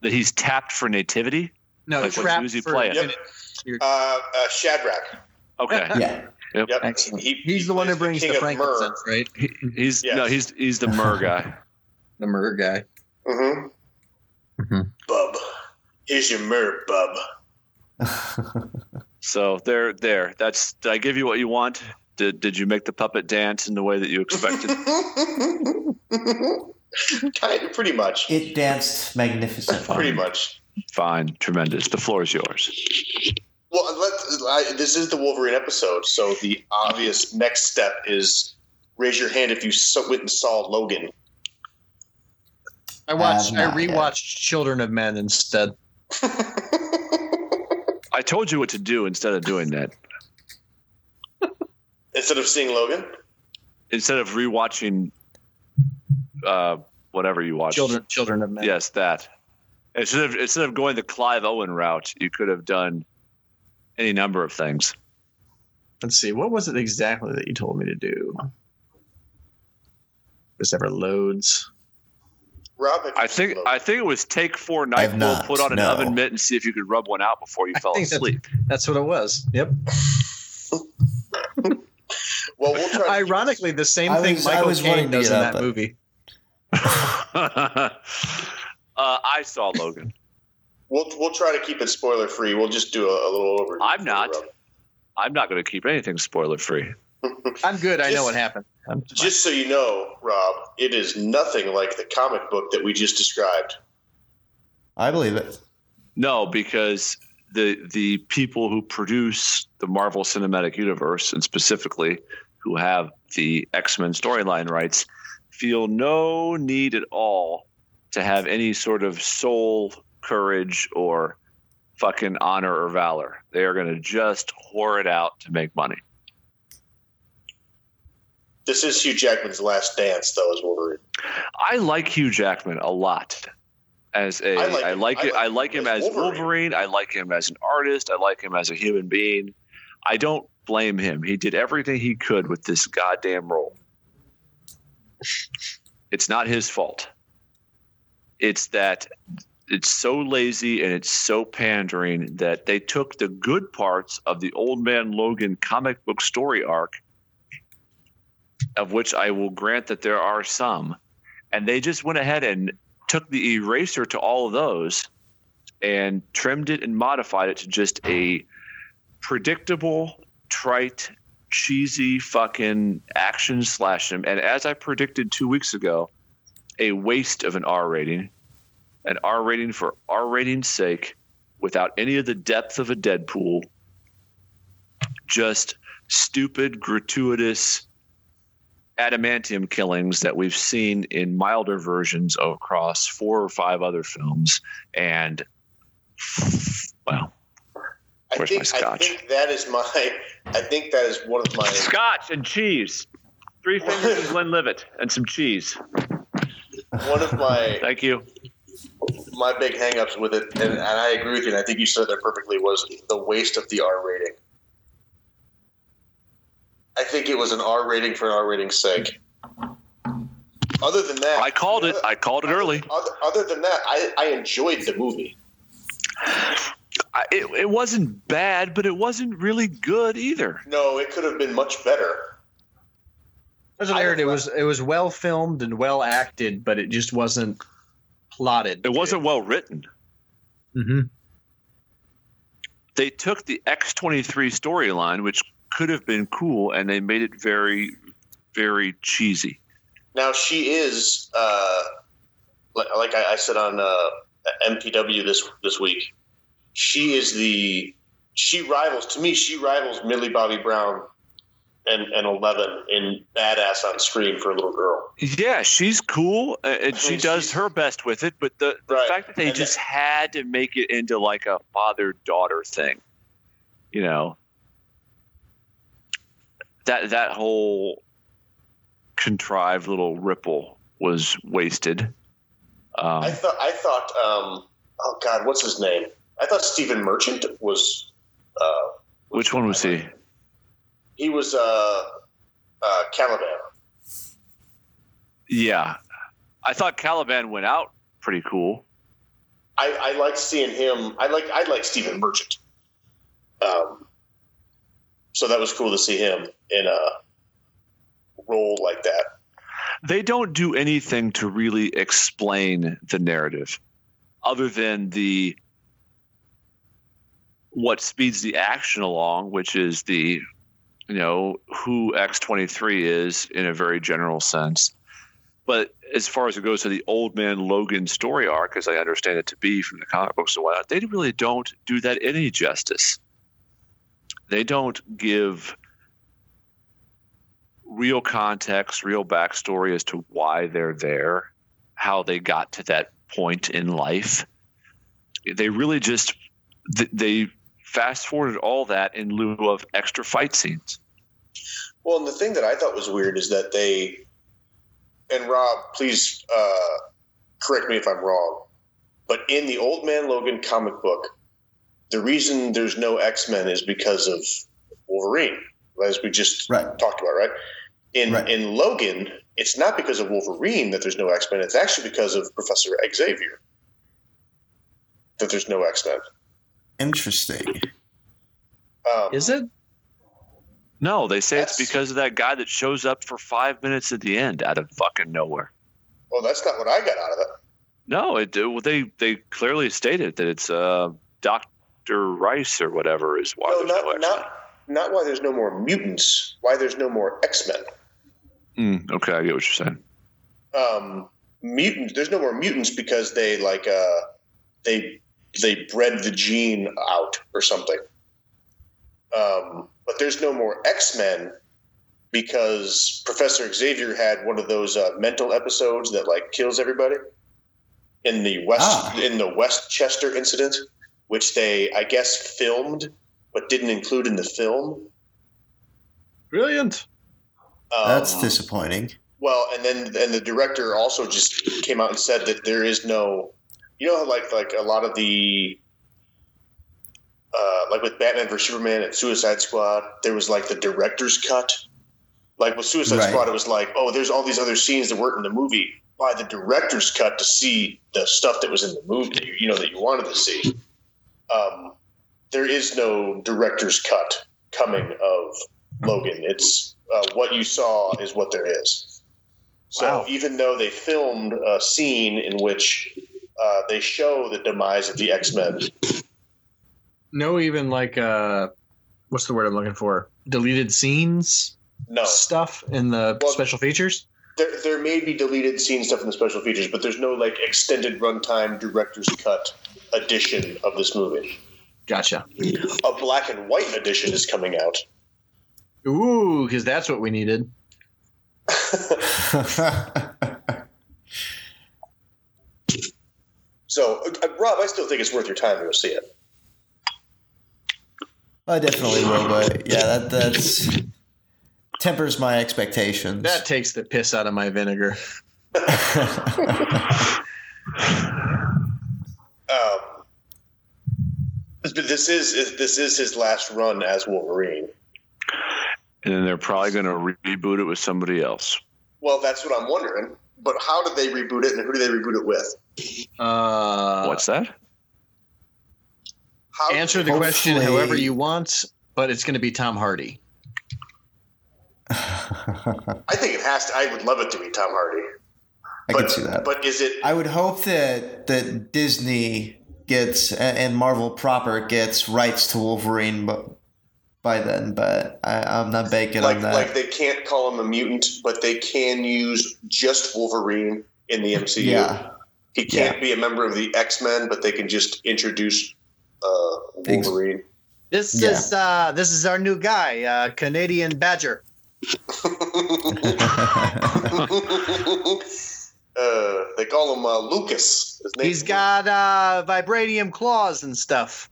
That he's tapped for nativity.
No,
Like, what
trapped
Uzi
for
playing?
infinity.
Uh, uh, Shadrach.
Okay.
yeah.
Yep.
Excellent.
He- he
He's the one
plays
who brings
king
the
of myrrh.
frankincense, right?
He- He's
Yes.
no, he's he's the Mer guy.
The murder guy.
Mm-hmm.
Mhm.
Bub. Here's your myrrh, bub.
So there, there. That's. Did I give you what you want? Did Did you make the puppet dance in the way that you expected?
kind of, pretty much.
It danced magnificently.
Pretty much.
Fine, tremendous. The floor is yours.
Well, let's, I, this is the Wolverine episode, so the obvious next step is raise your hand if you so, went and saw Logan.
I watched.
Uh,
I
nah, yeah.
rewatched Children of Men instead.
I told you what to do instead of doing that.
Instead of seeing Logan,
Instead of rewatching, uh, whatever you watched.
Children, Children of Men.
Yes, that. Instead of instead of going the Clive Owen route, you could have done any number of things.
Let's see. What was it exactly that you told me to do? This ever loads.
Robin.
I think I think it was take four
I've
nightfall,
not,
put on an
no.
oven mitt, and see if you could rub one out before you
I
fell
think that's-
asleep.
That's what it was. Yep.
well, we'll try.
Ironically, the same
I
thing
was- I
Michael
was wanting
Caine
to
does
get
in
up,
that
but-
movie.
uh, I saw Logan.
We'll we'll try to keep it spoiler free. We'll just do a, a little over.
I'm not. I'm not going to keep anything spoiler free.
I'm good. I know
Just-
what happened. I'm fine.
Just so you know, Rob, it is nothing like the comic book that we just described.
I believe it.
No, because the the people who produce the Marvel Cinematic Universe and specifically who have the X Men storyline rights feel no need at all to have any sort of soul, courage, or fucking honor or valor. They are going to just whore it out to make money.
This is Hugh Jackman's last dance, though, as Wolverine.
I like Hugh Jackman a lot. As a,
I like
I
him.
like
I
it.
like
I
him
like him
as
as Wolverine.
Wolverine.
I like him as an artist. I like him as a human being. I don't blame him. He did everything he could with this goddamn role. It's not his fault. It's that it's so lazy and it's so pandering that they took the good parts of the old man Logan comic book story arc of which I will grant that there are some. And they just went ahead and took the eraser to all of those and trimmed it and modified it to just a predictable, trite, cheesy fucking action slash him. And as I predicted two weeks ago, a waste of an R rating, an R rating for R rating's sake, without any of the depth of a Deadpool, just stupid, gratuitous, adamantium killings that we've seen in milder versions across four or five other films and well
I
Where's
think,
my scotch?
I think that is my. I think that is one of my.
scotch and cheese three fingers and glenlivet and some cheese
One of my.
thank you
my big hangups with it, and, and I agree with you. And I think you said that perfectly. Was the waste of the R rating? I think it was an R rating for an R rating's sake. Other than that,
I called it. I called it early.
Other, other than that, I, I enjoyed the movie.
I, it, it wasn't bad, but it wasn't really good either.
No, it could have been much better.
As an
I
Aaron, it
love-
was it was well filmed and well acted, but it just wasn't plotted.
It wasn't well written.
hmm
They took the X23 storyline, which could have been cool, and they made it very, very cheesy.
Now she is, uh, like, like I, I said on uh, MPW this this week, she is the she rivals to me. She rivals Millie Bobby Brown and and Eleven in badass on screen for a little girl.
Yeah, she's cool, uh, and she
mean,
does
she's-
her best with it. But the, the
Right.
fact that they
And
just had to make it into like a father daughter thing, you know, that that whole contrived little ripple was wasted. Um,
I thought I thought um, oh god, what's his name? I thought Stephen Merchant was uh,
which one was he?
he was uh, uh, Caliban.
Yeah, I thought Caliban went out pretty cool.
I, I like seeing him. I like I like Stephen Merchant. Um, so that was cool to see him in a role like that.
They don't do anything to really explain the narrative, other than the what speeds the action along, which is the you know who X twenty three is in a very general sense. But as far as it goes to the old man Logan story arc, as I understand it to be from the comic books and whatnot, they really don't do that any justice. They don't give real context, real backstory as to why they're there, how they got to that point in life. They really just th- they fast forwarded all that in lieu of extra fight scenes.
Well, and the thing that I thought was weird is that they and Rob, please uh, correct me if I'm wrong, but in the Old Man Logan comic book, the reason there's no X Men is because of Wolverine, as we just
Right.
talked about, right? In
Right.
in Logan, it's not because of Wolverine that there's no X Men. It's actually because of Professor Xavier that there's no X Men.
Interesting.
Um,
Is it?
No, they say
That's-
it's because of that guy that shows up for five minutes at the end out of fucking nowhere.
Well, that's not what I got out of it.
No, it, well, they they clearly stated that it's uh, Doctor Rice or whatever is why
No,
there's
not
no X-Men.
not not why there's no more mutants. Why there's no more X Men.
Mm, okay, I get what you're saying.
um, mutants. There's no more mutants because they like uh, they they bred the gene out or something. Um, but there's no more X Men because Professor Xavier had one of those uh, mental episodes that like kills everybody in the West
Ah.
in the Westchester incident, which they I guess filmed but didn't include in the film.
Brilliant.
Um,
That's disappointing.
Well, and then and the director also just came out and said that there is no, you know, like like a lot of the, uh, like with Batman vs Superman and Suicide Squad, there was like the director's cut. Like with Suicide
Right.
Squad, it was like, oh, there's all these other scenes that weren't in the movie. Buy the director's cut to see the stuff that was in the movie, that you, you know, that you wanted to see. Um, there is no director's cut coming of Logan. It's uh, what you saw is what there is. So
Wow.
even though they filmed a scene in which uh, they show the demise of the X Men,
No, even like uh, what's the word I'm looking for? Deleted scenes
Oh.
no,
stuff in the
Well-
special features.
there there may be deleted scene stuff in the special features, but there's no like extended runtime director's cut edition of this movie.
Gotcha.
A black and white edition is coming out.
Ooh, because that's what we needed.
So, uh, Rob, I still think it's worth your time to go see it.
I definitely will, but yeah, that that's tempers my expectations.
That takes the piss out of my vinegar.
Um, but this is, is this is his last run as Wolverine.
and then they're probably going to re- reboot it with somebody else.
Well, that's what I'm wondering. But how did they reboot it, and who do they reboot it with?
Uh,
What's that?
How
answer the question
Hopefully-
however you want, but it's going to be Tom Hardy.
I think it has to. I would love it to be Tom Hardy.
I
but,
can see that.
But is it?
I would hope that that Disney gets a- and Marvel proper gets rights to Wolverine bu- by then, but I, I'm not banking
like
on that.
like they can't call him a mutant, but they can use just Wolverine in the MCU.
yeah,
He
Yeah.
can't be a member of the X Men, but they can just introduce uh,
Ex-
Wolverine.
This
Yeah.
is uh, this is our new guy, uh, Canadian Badger.
uh, they call him uh, Lucas. His name-
He's got uh, vibranium claws and stuff.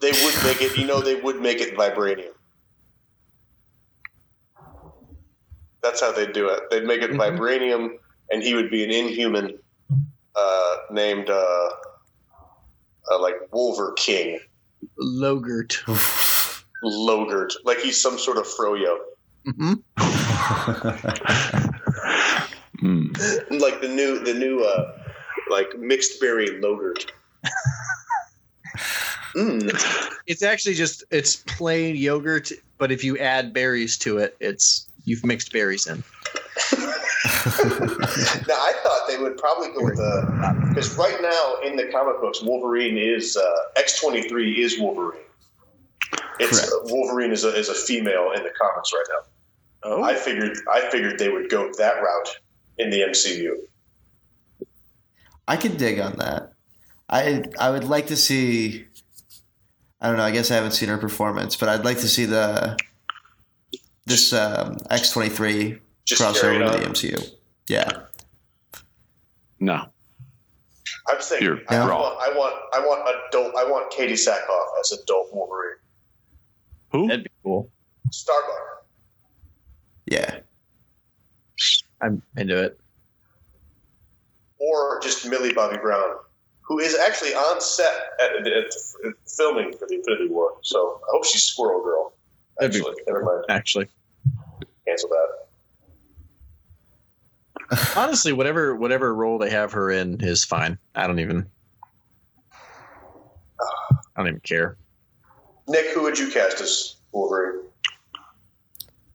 They would make it. You know, they would make it vibranium. That's how they'd do it. They'd make it
Mhm.
vibranium, and he would be an Inhuman uh, named uh, uh, like Wolver King,
Logurt.
Logert. Like he's some sort of froyo,
hmm
Hmm.
like the new the new uh, like mixed berry Logert. mm.
It's actually just it's plain yogurt, but if you add berries to it, it's you've mixed berries in.
Now I thought they would probably go with the because right now in the comic books, Wolverine is uh, X twenty three is Wolverine. It's uh, Wolverine is a is a female in the comics right now.
Oh,
I figured I figured they would go that route in the MCU.
I could dig on that. I I would like to see. I don't know. I guess I haven't seen her performance, but I'd like to see the this um, X twenty three
Just carry it
crossover to
on.
the MCU. Yeah,
no.
I'm saying
You're
I,
wrong.
want, I want I want adult I want Katie Sackhoff as adult Wolverine.
Who?
That'd be cool.
Starbuck.
yeah.
I'm into it.
Or just Millie Bobby Brown, who is actually on set at, at, at filming for the Infinity War. So I hope she's Squirrel Girl.
That'd be
Actually, never mind.
Actually,
Cancel that.
honestly, whatever whatever role they have her in is fine. I don't even. I don't even care.
Nick, who would you cast as Wolverine?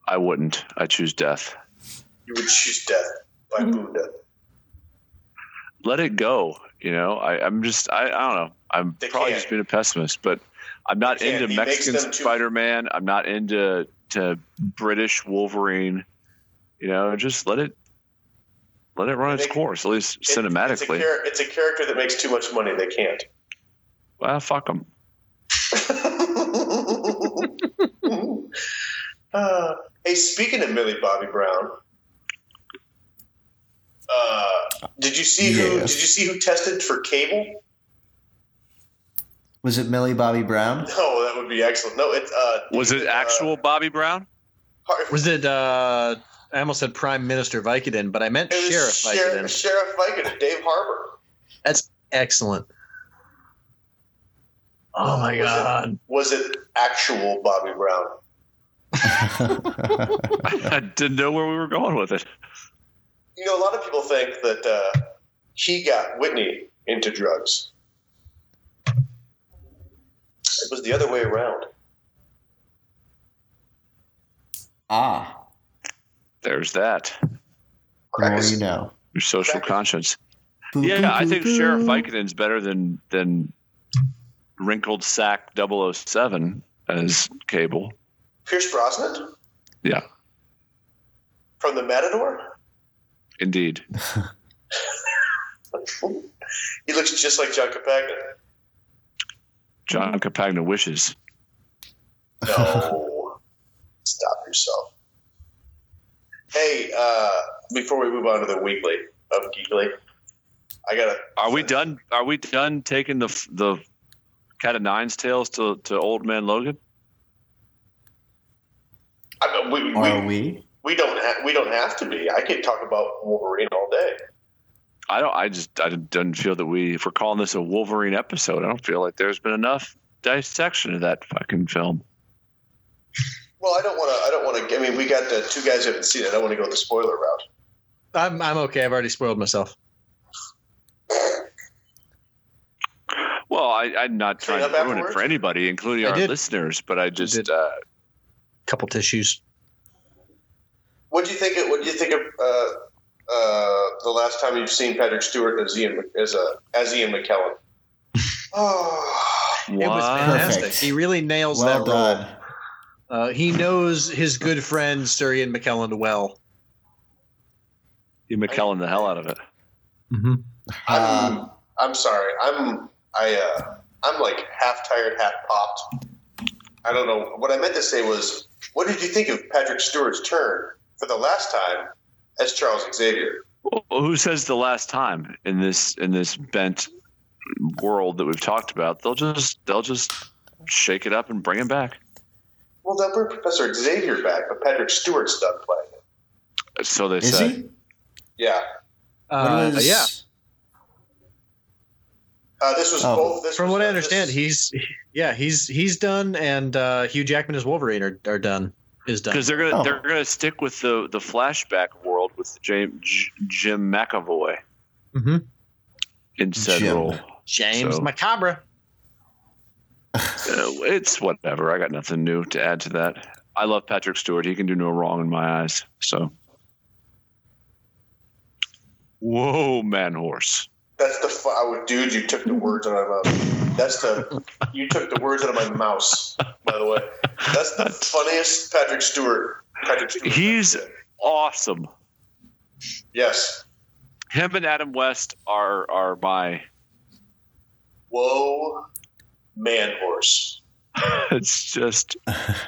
I wouldn't. I choose death.
You would choose Death by Buddha.
Let it go. You know, I, I'm just, I, I don't know. I'm
They
probably
can't.
just being a pessimist, but I'm not
They can't.
into
He makes
Mexican
them too-
Spider Man. I'm not into to British Wolverine. You know, just let it, let it run
They-
its course, at least
It- It's a,
cinematically.
char- it's a character that makes too much money. They can't.
Well, fuck them.
uh, hey, speaking of Millie Bobby Brown, uh, did you see who?
Yes.
Did you see who tested for cable?
Was it Millie Bobby Brown?
No, that would be excellent. No, it's uh,
Was it
uh,
actual Bobby Brown?
Har-
Was it? uh I almost said Prime Minister Vicodin, but I meant
it was
Sheriff
Sheriff,
Vicodin.
Sheriff Vicodin, Dave Harbour.
Excellent. Oh my
Was it-
god!
Was it actual Bobby Brown?
I didn't know where we were going with it.
You know, a lot of people think that uh, he got Whitney into drugs. It was the other way around.
ah,
There's that.
the more
Crackers.
you know.
Your social
Exactly.
conscience.
Boo, boo,
Yeah, I
boo,
think
boo.
Sheriff Vicodin's better than than wrinkled sack 007 as Cable.
Pierce Brosnan?
Yeah.
From the Matador?
Indeed.
he looks just like John Capagna.
John Capagna wishes.
No. Stop yourself. Hey, uh, before we move on to the weekly of Geekly, I got to.
Are we done? Are we done taking the the cat of nines tails to, to old man Logan?
I mean, we,
Are
we,
we?
we don't ha- we don't have to be. I could talk about Wolverine all day.
I don't. I just. I didn't feel that we. If we're calling this a Wolverine episode, I don't feel like there's been enough dissection of that fucking film.
Well, I don't want to. I don't want to. I mean, we got the two guys who haven't seen it. I don't want to go the spoiler route.
I'm I'm okay. I've already spoiled myself.
Well, I, I'm not
Clean
trying to
up
ruin it
afterwards?
for anybody, including
I
our
did.
listeners, but I just
did.
uh,
Couple tissues.
What do you think? Of, what do you think of uh, uh, the last time you've seen Patrick Stewart as Ian Mc- as a as Ian McKellen? oh,
It was
why-
fantastic.
Perfect.
He really nails
Well
that role.
done.
Uh, he knows his good friend Sir Ian McKellen well.
you McKellen the hell out of it.
I'm,
Um,
I'm sorry. I'm I uh, I'm like half tired, half popped. I don't know what I meant to say was, what did you think of Patrick Stewart's turn for the last time as Charles Xavier?
Well, who says the last time in this in this bent world that we've talked about? They'll just they'll just shake it up and bring him back.
Well, they'll bring Professor Xavier back, but Patrick Stewart's done playing. it.
So they
Is
say.
he?
Yeah,
Uh,
What was-
yeah,
uh, this was
Oh.
both. This
from
was-
what I
this-
understand, he's yeah he's he's done, and uh, Hugh Jackman as Wolverine are, are done. Is done.
because they're gonna
Oh.
they're gonna stick with the the flashback world with James J- Jim McAvoy
Mhm.
in said
Jim.
role.
James
So-
Macabre.
Uh, it's whatever. I got nothing new to add to that. I love Patrick Stewart. He can do no wrong in my eyes. So, whoa, man, horse.
That's the fu- I would, dude. You took the words out of my mouth. That's the you took the words out of my mouse. By the way, that's the funniest Patrick Stewart. Patrick Stewart.
He's awesome.
yes.
Him and Adam West are are my.
Whoa, man horse.
It's just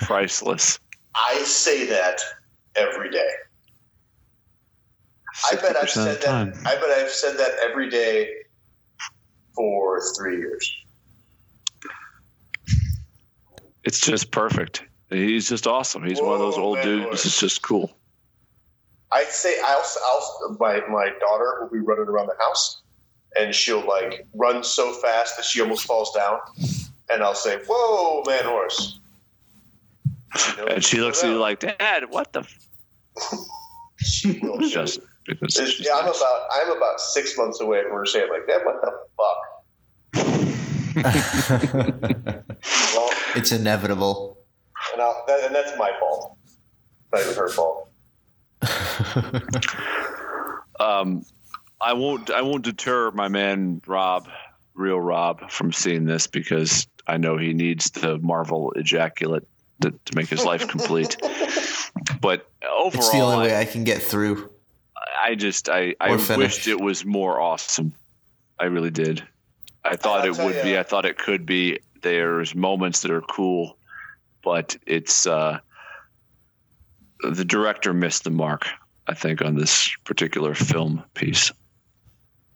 priceless.
I say that every day. I bet
60%
I've
of
said
the
that.
time.
I bet I've said that every day for three years.
It's just perfect. He's just awesome. He's one of those
Whoa,
old
man,
dudes.
horse.
It's just cool.
I say I'll, I'll my my daughter will be running around the house, and she'll like run so fast that she almost falls down, and I'll say, "Whoa, man, horse!" She knows
And she
it's
looks at
going
you
out.
like, Dad, what the? F-?
She will.
It's just, it's
It's-
just
yeah, I'm about I'm about six months away from her saying like, "Dad, what the fuck?" Well,
it's inevitable.
and, I'll, that, and that's my fault, not even her fault.
um, I won't. I won't deter my man Rob, real Rob, from seeing this because I know he needs the Marvel ejaculate to, to make his life complete. But
It's the only
overall,
way I can get through.
I, I just I, I
Or finish.
wished it was more awesome. I really did. I thought
I'll
it
tell
would
ya.
be. I thought it could be. There's moments that are cool, but it's uh, the director missed the mark. I think on this particular film piece.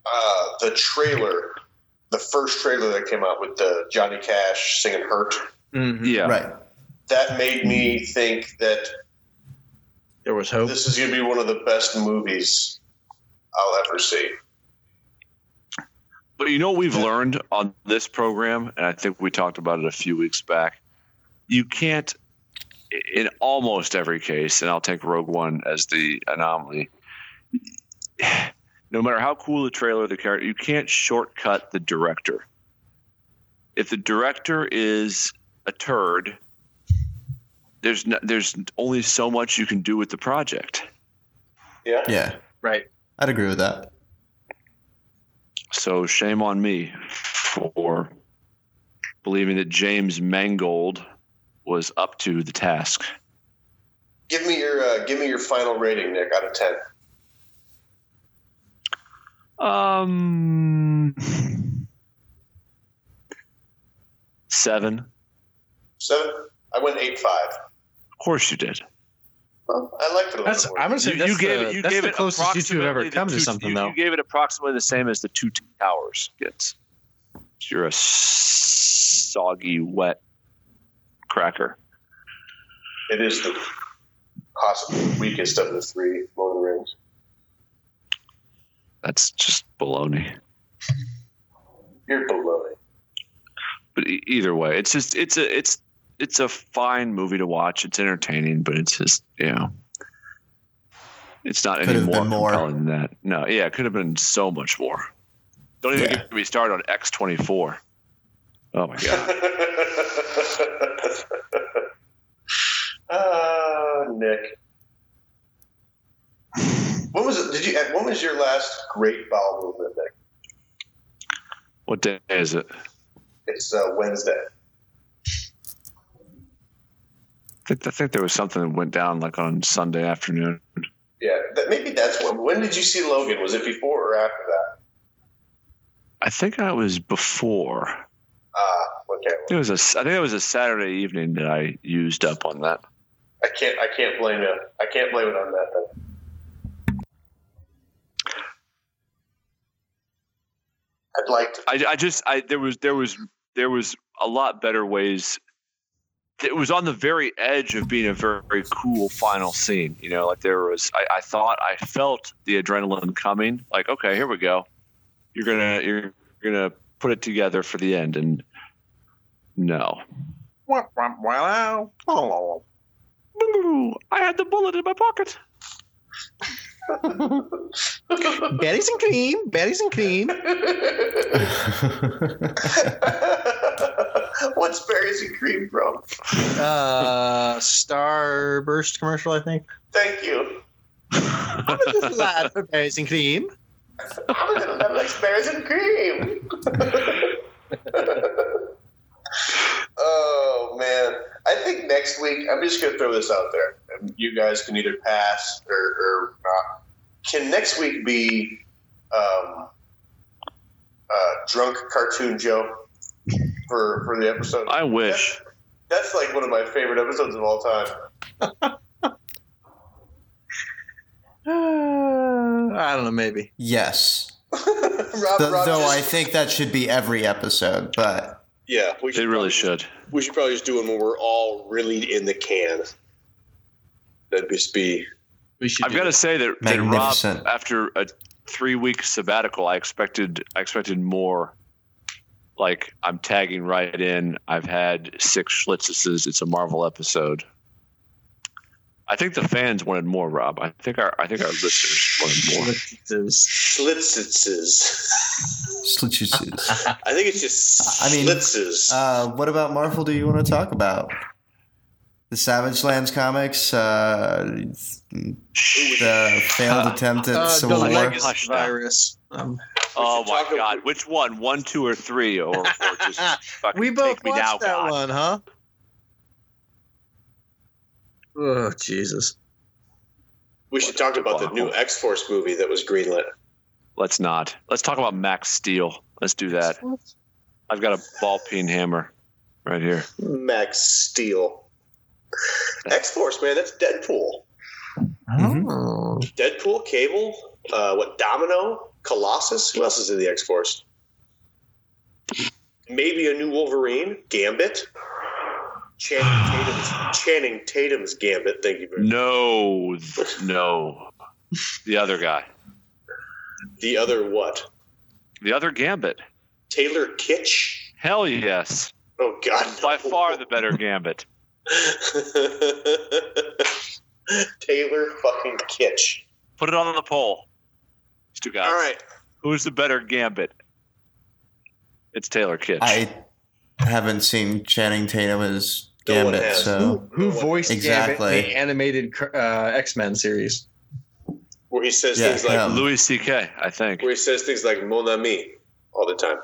Uh, the trailer, the first trailer that came out with the Johnny Cash singing "Hurt."
mm-hmm.
Yeah,
Right.
that made me think that
There was hope.
this is going to be one of the best movies I'll ever see.
But you know what we've learned on this program, and I think we talked about it a few weeks back. You can't, in almost every case, and I'll take Rogue One as the anomaly. No matter how cool the trailer, or the character, you can't shortcut the director. If the director is a turd, there's no, there's only so much you can do with the project.
Yeah.
Yeah.
Right.
I'd agree with that.
So shame on me for believing that James Mangold was up to the task.
Give me your uh, give me your final rating, Nick, out of ten.
Um, seven.
Seven. I went eight five.
Of course you did.
Well, I liked it a
That's
little
I'm
more.
gonna say
You,
that's
you gave
the,
it. You
that's
gave
the
it
closest you two have ever
approximately the
come to
two-
something
you,
though.
You gave it approximately the same as the two towers gets. You're a soggy, wet cracker.
It is the possibly the weakest of the three Lord of the Rings.
That's just baloney.
You're below it.
But e- either way, it's just it's a it's it's a fine movie to watch. It's entertaining, but it's just you know, it's not
Could
any
have
more
been more.
compelling than that. No, yeah, it could have been so much more. Don't even
Yeah.
get me started on X twenty four. Oh my god,
Ah, Nick. When was it? Did you? When was your last great bowel movement, Nick?
what day is it?
It's uh, Wednesday.
I think, I think there was something that went down like on Sunday afternoon.
Yeah, that, maybe that's when. When did you see Logan? Was it before or after that?
I think I was before.
Ah, okay.
It was a. I think it was a Saturday evening that I used up on that.
I can't. I can't blame you. I can't blame it on that. Then. I'd like to.
I, I just I there was there was there was a lot better ways. It was on the very edge of being a very, very cool final scene. You know, like there was I, I thought I felt the adrenaline coming. Like okay, here we go. You're gonna you're gonna put it together for the end, and no. Boo, I had the bullet in my pocket.
Baddies and cream, baddies and cream.
What's berries and cream from?
Uh, Starburst commercial, I think.
Thank you.
I'm a little lad for berries and cream.
I'm a little like berries and cream. oh man, I think next week I'm just gonna throw this out there. and You guys can either pass or, or not. Can next week be um, uh, drunk cartoon Joe for for the episode?
I wish.
That's like one of my favorite episodes of all time.
Uh, I don't know, maybe.
yes.
Rob,
Th-
Rob
though
just-
I think that should be every episode, but
yeah, we
It really should.
We should probably just do it when we're all really in the can. That'd just be.
We should.
I've got to say that, that Rob,
Magnificent.
after a three week sabbatical, I expected I expected more. Like I'm tagging right in. I've had six schlitzes. It's a Marvel episode. I think the fans wanted more, Rob. I think our I think our listeners wanted more.
to.
Schlitzes.
Slitches.
I think it's just
I mean,
schlitzes.
uh, what about Marvel? Do you want to talk about the Savage Lands comics? Uh, the failed attempt at
Uh, the
Civil War.
Legacy
Hush now.
virus. Um,
Oh
should
my
talk about-
God! Which one? One, two, or three? Or, or just
Um,
fucking
we both
take me now,
watched that
God.
one, huh? Oh Jesus!
we should talk about the new X Force movie that was greenlit.
Let's not. Let's talk about Max Steel. Let's do that. I've got a ball peen hammer right here.
Max Steel. X Force, man, that's Deadpool.
Mm-hmm.
Oh.
Deadpool, Cable, uh, what Domino, Colossus. Who else is in the X Force? Maybe a new Wolverine, Gambit. Channing Tatum's, Channing Tatum's Gambit. Thank you very much.
No, th- no. The other guy.
The other what?
The other gambit.
Taylor Kitsch.
Hell yes.
Oh God!
By
no.
far the better gambit.
Taylor fucking Kitsch.
Put it on the poll. It's two guys.
All right.
Who's the better gambit? It's Taylor Kitsch.
I haven't seen Channing Tatum as
No one
Gambit,
has.
so
Oh.
Who voiced Gambit in
Exactly.
the animated uh, X Men series?
Where he says
Yeah,
things like
him.
Louis C.K. I think.
where he says things like "mon ami" all the time.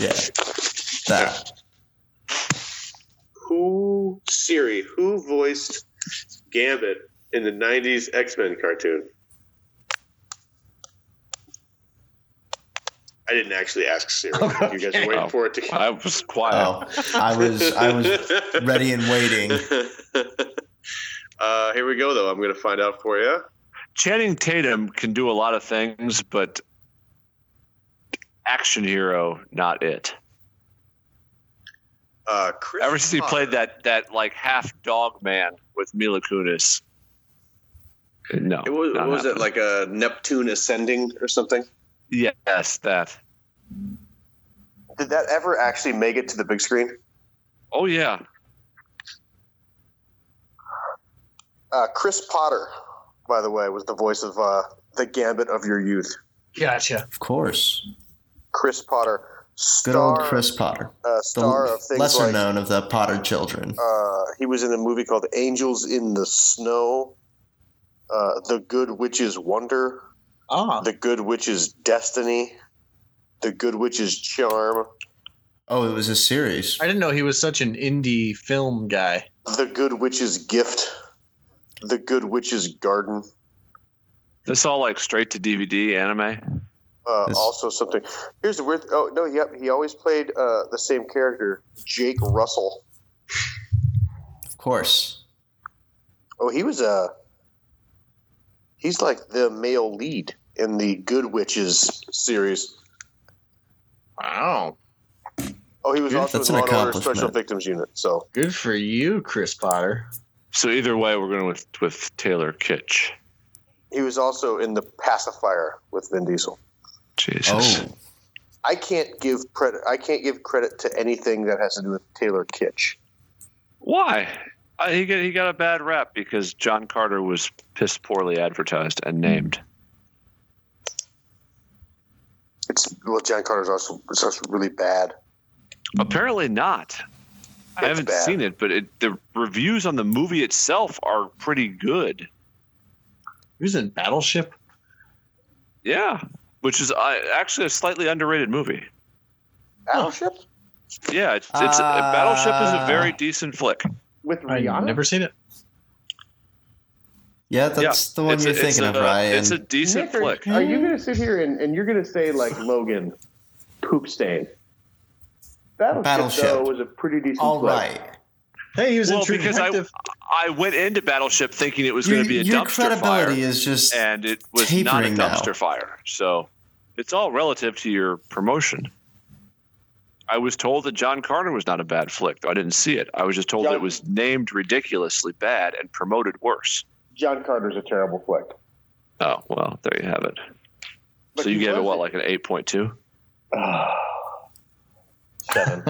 yeah, that
Who Siri? Who voiced Gambit in the '90s X-Men cartoon? I didn't actually ask Siri. You guys are waiting
Oh.
for it to.
I was quiet.
oh, I was I was ready and waiting.
uh, here we go, though. I'm going to find out for you.
Channing Tatum can do a lot of things, but action hero, not it.
Uh, Chris
Ever since he
Potter.
played that that like half dog man with Mila Kunis. No.
It was,
not
what was it
happening.
like a Neptune ascending or something?
Yes, that.
Did that ever actually make it to the big screen?
Oh yeah,
Uh, Chris Potter, by the way, was the voice of uh, the Gambit of Your Youth.
Gotcha.
Of course.
Chris Potter,
Good
star,
old Chris Potter,
uh,
the
star of things
lesser
like
known of the Potter children.
uh, he was in a movie called Angels in the Snow, uh, The Good Witch's Wonder,
Ah,
The Good Witch's Destiny, The Good Witch's Charm,
oh, it was a series.
I didn't know he was such an indie film guy.
The Good Witch's Gift, The Good Witch's Garden.
this all like straight to DVD anime.
Uh,
This-
also, something. Here's the weird. Oh no, yep. He always played uh, the same character, Jake Russell.
Of course.
Oh, he was Uh, he's like the male lead in the Good Witches series.
Wow.
Oh, he was
Yeah,
also
that's
in
an
Law and Order Special
accomplishment.
Victims Unit. So
Good for you, Chris Potter.
So either way, we're going with with Taylor Kitsch.
he was also in the Pacifier with Vin Diesel.
Jesus.
Oh,
I can't give credit. I can't give credit to anything that has to do with Taylor Kitsch.
Why? Uh, he got he got a bad rap because John Carter was piss poorly advertised and named.
It's well, John Carter's also is also really bad.
Apparently not. I
It's
haven't
bad.
seen it, but it, the reviews on the movie itself are pretty good.
He was in Battleship.
Yeah, which is uh, actually a slightly underrated movie.
Battleship
Yeah, it's, it's uh,
Ah.
Battleship is a very decent flick.
with
I've
Rihanna.
never seen it.
yeah, that's the one
It's a-
you're
it's
thinking of,
a- uh,
Ryan.
It's a decent
Nick,
flick.
Are you going to sit here and, and you're going to say like Logan, poop stain? Battleship,
Battleship.
though was a pretty decent.
All
play.
right.
Hey, he was in
Well,
True
because I-
Detective.
I went into Battleship thinking it was
Your,
going to be a
your
dumpster fire.
credibility is just
and it was not a
tapering now.
dumpster fire. So it's all relative to your promotion. I was told that John Carter was not a bad flick, though I didn't see it. I was just told
John-
it was named ridiculously bad and promoted worse.
John Carter's a terrible flick.
Oh well, there you have it.
But
so you
he
gave it
was-
what, like an eight point two?
Seven.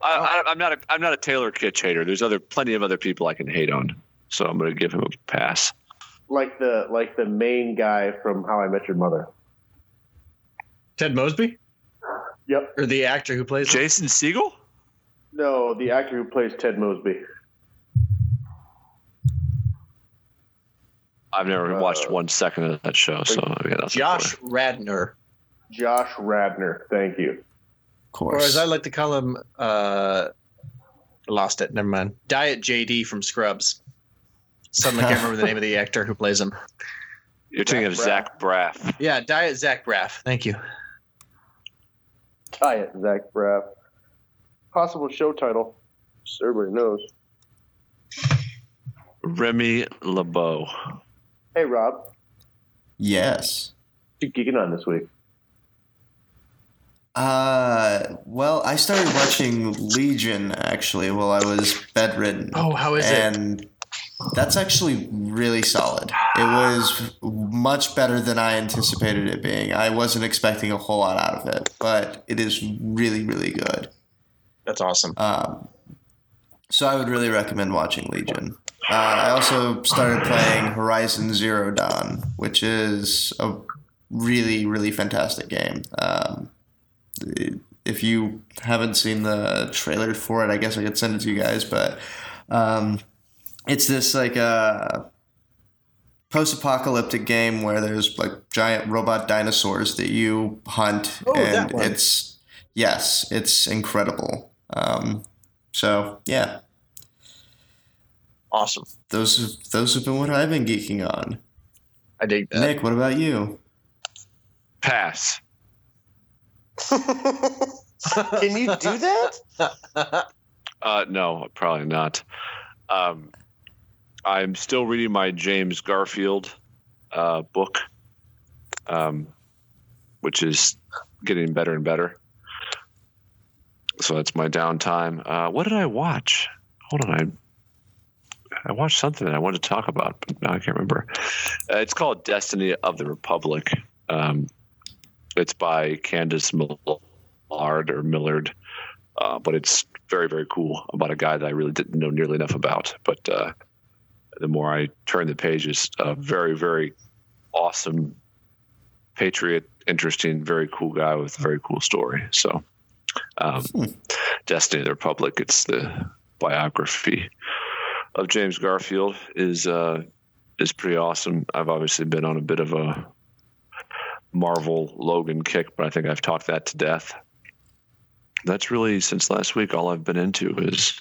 I, I, I'm not a I'm not a Taylor Kitsch hater. There's other plenty of other people I can hate on, so I'm going to give him a pass.
like the like the main guy from How I Met Your Mother.
Ted Mosby?
Yep.
Or the actor who plays
Jason Siegel?
No, the actor who plays Ted Mosby.
I've never
Uh,
watched one second of that show, so yeah, that's
Josh Radner.
Josh Radner. Thank you.
of
Or as
course.
I like to call him, uh, lost it. Never mind. Diet JD from Scrubs. Suddenly can't remember the name of the actor who plays him.
You're thinking of
Zach
Zach Braff.
Yeah, Diet Zach Braff. Thank you.
Diet Zach Braff. Possible show title. Everybody knows.
Remy LeBeau.
Hey Rob,
yes.
what you geeking on this week?
Uh, well, I started watching Legion actually while I was bedridden.
Oh, how is it?
and that's actually really solid. It was much better than I anticipated it being. I wasn't expecting a whole lot out of it, but it is really, really good.
That's awesome.
Um, so I would really recommend watching Legion. Uh, I also started playing Horizon Zero Dawn, which is a really, really fantastic game. Um, if you haven't seen the trailer for it, I guess I could send it to you guys. But um, it's this like uh, post-apocalyptic game where there's like giant robot dinosaurs that you hunt,
Oh, that
and
one.
it's yes, it's incredible. Um, so yeah,
Awesome.
those those have been what I've been geeking on.
I dig that.
Nick, what about you?
Pass.
Can you do that?
Uh, no, probably not. Um, I'm still reading my James Garfield uh, book, um, which is getting better and better. So that's my downtime. Uh, what did I watch? Hold on, I I watched something that I wanted to talk about, but now I can't remember. Uh, it's called Destiny of the Republic. Um, It's by Candace Millard or Millard, uh, but it's very very cool about a guy that I really didn't know nearly enough about. But uh, the more I turn the pages, a very very awesome patriot, interesting, very cool guy with a very cool story. So, um, Destiny of the Republic. It's the biography of James Garfield is uh, is pretty awesome. I've obviously been on a bit of a Marvel Logan kick, but I think I've talked that to death. That's really since last week. All I've been into is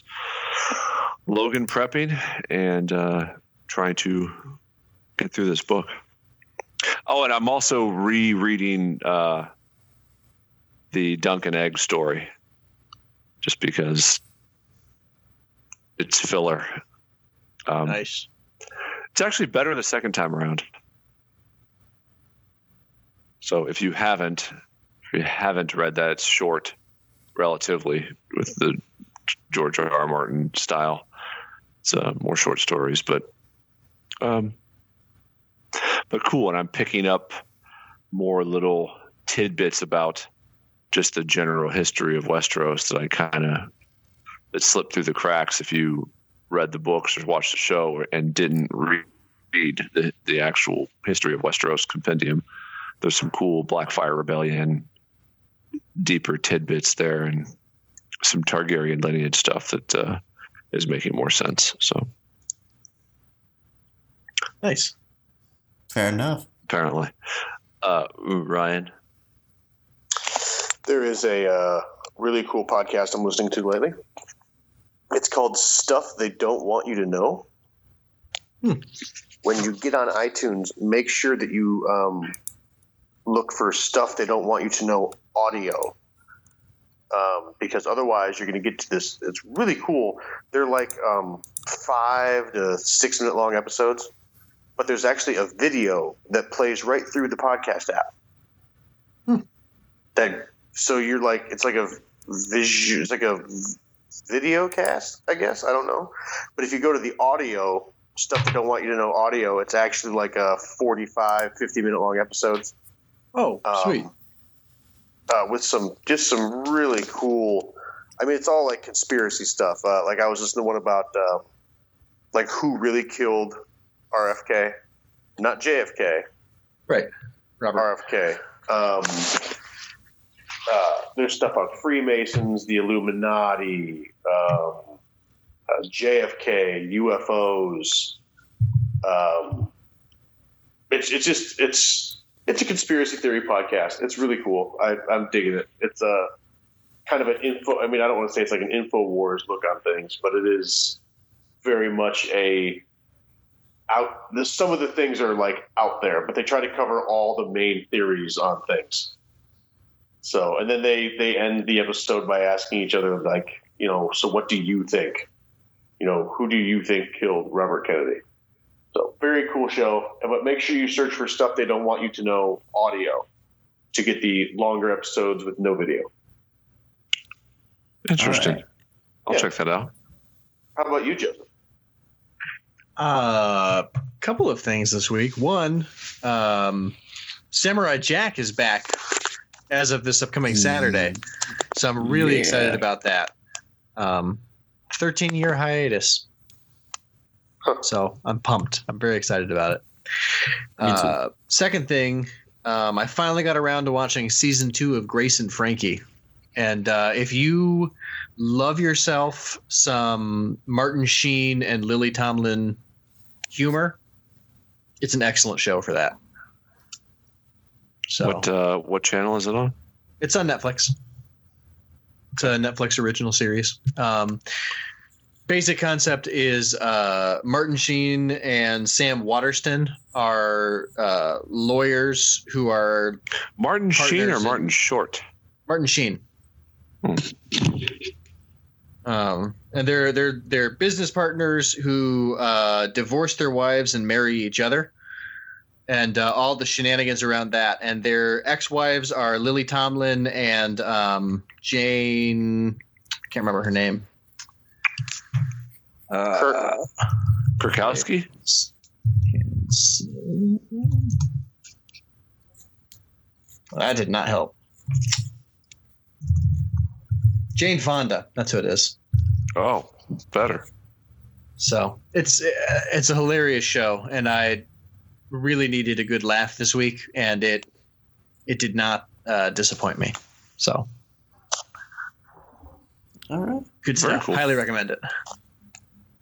Logan prepping and uh, trying to get through this book. Oh, and I'm also rereading uh, the Duncan Egg story, just because it's filler. Um,
Nice.
It's actually better the second time around. So if you haven't, if you haven't read that, it's short, relatively, with the George R. R. Martin style. It's uh, more short stories, but um, but cool. And I'm picking up more little tidbits about just the general history of Westeros that I kind of that slipped through the cracks if you read the books or watched the show and didn't re- read the, the actual history of Westeros compendium. There's some cool Blackfire Rebellion, deeper tidbits there, and some Targaryen lineage stuff that uh, is making more sense. So
Nice.
Fair enough.
apparently, uh, Ryan,
There is a uh, really cool podcast I'm listening to lately. It's called Stuff They Don't Want You to Know. When you get on iTunes, make sure that you um, look for Stuff They Don't Want You to Know audio. Um, because otherwise, you're going to get to this. It's really cool. They're like um, five to six minute long episodes, but there's actually a video that plays right through the podcast app. That so you're like it's like a visual it's like a video cast i guess i don't know but if you go to the audio stuff that don't want you to know audio it's actually like a 45 50 minute long episodes
Oh,
Um,
sweet.
uh, with some just some really cool i mean it's all like conspiracy stuff uh, like i was listening to one about uh, like who really killed rfk not jfk
Right. Robert.
RFK. Um, uh, there's stuff on Freemasons, the Illuminati, um, uh, JFK, UFOs. Um, it's it's just it's it's a conspiracy theory podcast. It's really cool. I, I'm digging it. It's a kind of an info. I mean, I don't want to say it's like an info wars look on things, but it is very much a out this, some of the things are like out there but they try to cover all the main theories on things so and then they they end the episode by asking each other like you know so what do you think you know who do you think killed robert kennedy so very cool show And but make sure you search for stuff they don't want you to know audio to get the longer episodes with no video
interesting. I'll
Yeah.
check that out.
how about you joseph
Uh, couple of things this week. One, um, Samurai Jack is back as of this upcoming Saturday, so I'm really
Hmm. Yeah.
excited about that. Um, 13 year hiatus,
Huh.
so I'm pumped. I'm very excited about it.
Me too.
Uh, second thing, um, I finally got around to watching season two of Grace and Frankie, and uh, if you love yourself some Martin Sheen and Lily Tomlin humor, it's an excellent show for that. So
What uh, what channel is it on?
it's on Netflix. It's a Netflix original series. Um, basic concept is uh, Martin Sheen and Sam Waterston are uh, lawyers who are
Martin Sheen
Partners
or
in-
Martin Short?
Martin Sheen.
Hmm.
Um, and they're they're they're business partners who uh, divorce their wives and marry each other, and uh, all the shenanigans around that. And their ex-wives are Lily Tomlin and um, Jane. I can't remember her name. Uh,
Kirk.
Kirkowski?
That did not help.
Jane Fonda. That's who it is.
Oh, better.
So it's uh, it's a hilarious show, and I really needed a good laugh this week, and it it did not uh, disappoint me. So
All right.
good
Very
stuff.
cool.
Highly recommend it.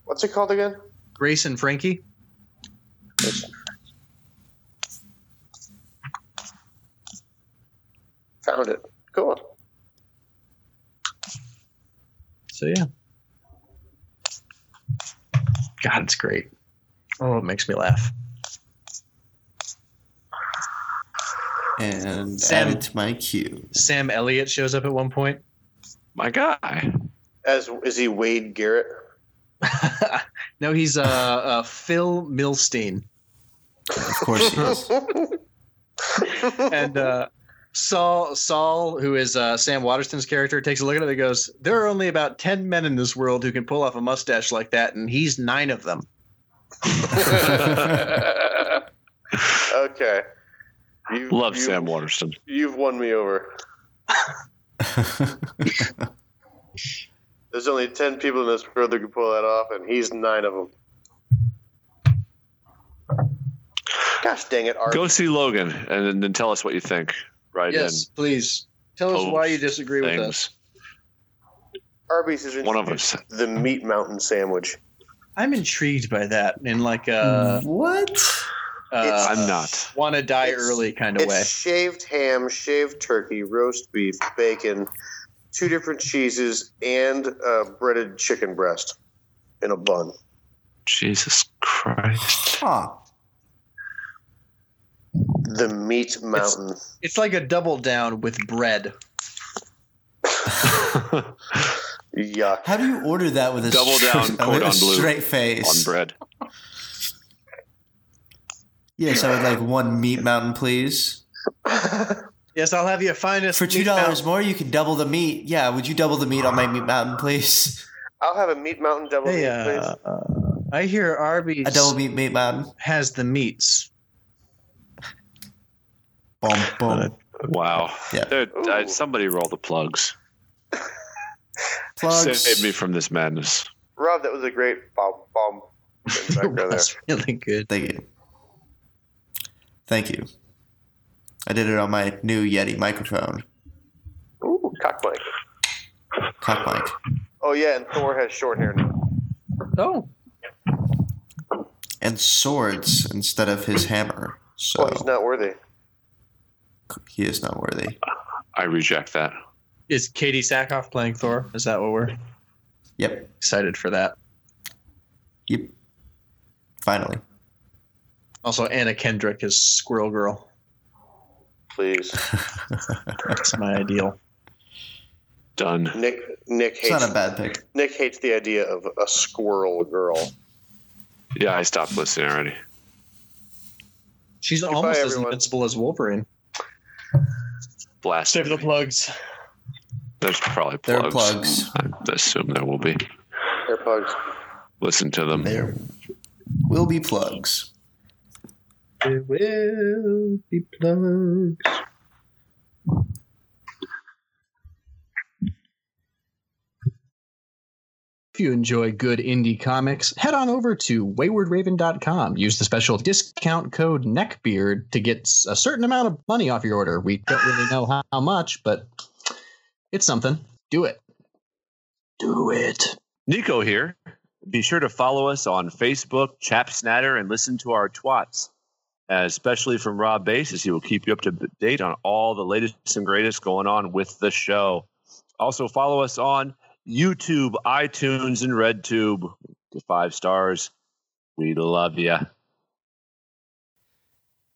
What's it called again?
Grace and Frankie.
Found it. Cool.
So yeah. God, it's great. Oh, it makes me laugh.
and
Sam.
add it to my queue.
Sam Elliott shows up at one point.
My guy.
As is he Wade Garrett?
no, he's uh, uh, Phil Milstein.
Of course he is.
and uh, Saul, Saul, who is uh, Sam Waterston's character, takes a look at it and goes, "There are only about ten men in this world who can pull off a mustache like that, and he's nine of them."
okay. You,
Love
you-
Sam Waterston.
You've won me over. There's only ten people in this world that can pull that off, and he's nine of them. Gosh dang it, Art!
Go see Logan and, then- then tell us what you think. Right
yes, please tell us
Post
why you disagree
in
with us.
things.
Arby's is
One of us.
the Meat Mountain sandwich.
I'm intrigued by that in like a
what?
uh,
It's-
I'm not.
want to die
it's-
early kind of
It's
way.
shaved ham, shaved turkey, roast beef, bacon, two different cheeses, and uh, breaded chicken breast in a bun.
Jesus Christ.
Huh.
The Meat Mountain.
It's like a double down with bread.
Yuck.
How do you order that with a,
Double down,
straight,
cordon
with a
bleu
straight face?
On bread.
Yes, I would like one meat mountain, please.
Yes, I'll have you find us
For two dollars more, you can double the meat. Yeah, would you double the meat on my meat mountain, please?
I'll have a Meat Mountain double
Hey,
meat,
uh, I hear Arby's
A double meat meat mountain.
has the meats.
Boom, boom.
Wow.
Yeah.
Dude, I,
Ooh.
somebody roll the plugs.
Plugs.
Save me from this madness.
please. Rob, that was a great bomb bomb. in the
It
background there.
was really good.
Thank you. Thank you. I did it on my new Yeti microphone.
Ooh, cock mic.
Cock mic.
Oh yeah, and Thor has short hair now.
Oh,
And swords instead of his hammer. So
Well, he's not worthy.
he is not worthy.
I reject that.
is Katie Sackhoff playing Thor? Is that what we're
Yep.
excited for? That
Yep. Finally.
also Anna Kendrick is Squirrel Girl.
Please,
That's my ideal.
Done.
Nick. Nick
It's not
hates.
a bad pick.
Nick hates the idea of a squirrel girl.
Yeah, I stopped listening already.
She's
Goodbye,
almost as
everyone.
invincible as Wolverine.
Blast.
the plugs.
There's probably
There
plugs.
are plugs.
I assume there will be.
Airpods.
Listen to them.
There will be plugs.
There will be plugs. If you enjoy good indie comics, head on over to waywardraven.com. Use the special discount code NECKBEARD to get s- a certain amount of money off your order. We don't really know how, how much, but it's something. Do it. Do it.
Nico here. Be sure to follow us on Facebook, Chap Snatter, and listen to our twats, Uh, especially from Rob Bass, as he will keep you up to date on all the latest and greatest going on with the show. Also, follow us on YouTube, iTunes, and RedTube. The five stars. We love you.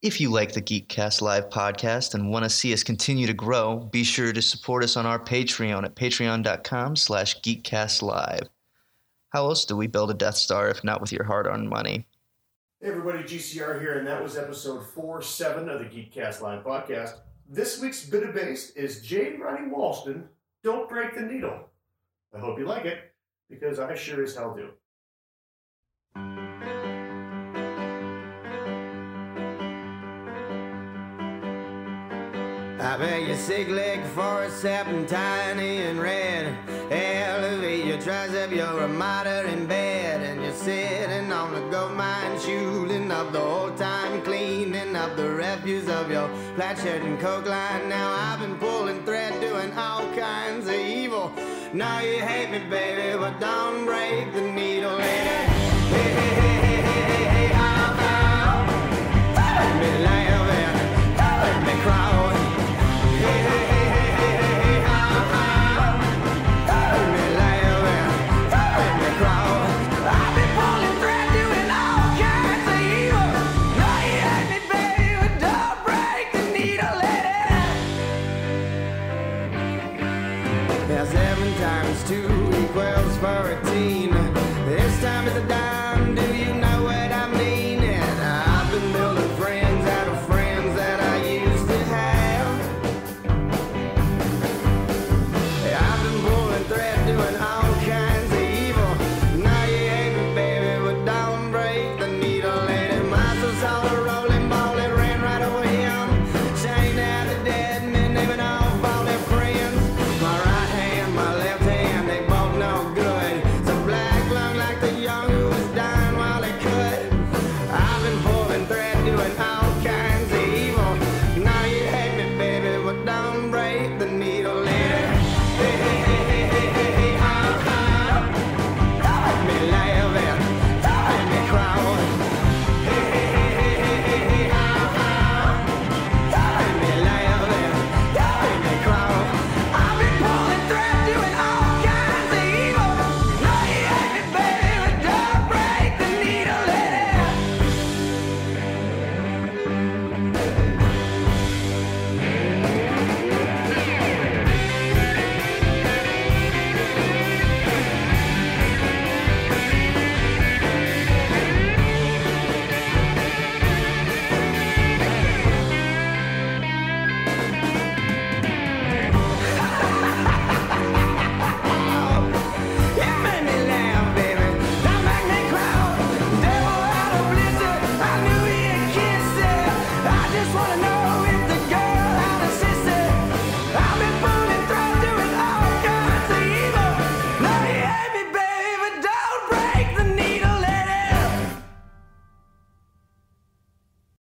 If you like the Geekcast Live podcast and want to see us continue to grow, be sure to support us on our Patreon at patreon.com slash geekcastlive. How else do we build a Death Star if not with your hard-earned money?
Hey everybody, GCR here, and that was episode 4-7 of the Geekcast Live podcast. This week's bit of bass is Jade Ronnie Walston, Don't Break the Needle. I hope you like it, because I sure as hell do.
I bet your sick leg for a sapling tiny and red. Elevate your tricep, you're a martyr in bed. And you're sitting on a gold mine, shooting up the whole time, cleaning up the refuse of your flat shirt and coke line. Now I've been pulling thread, doing all kinds of evil. Now you hate me, baby, but don't break the needle. Lady.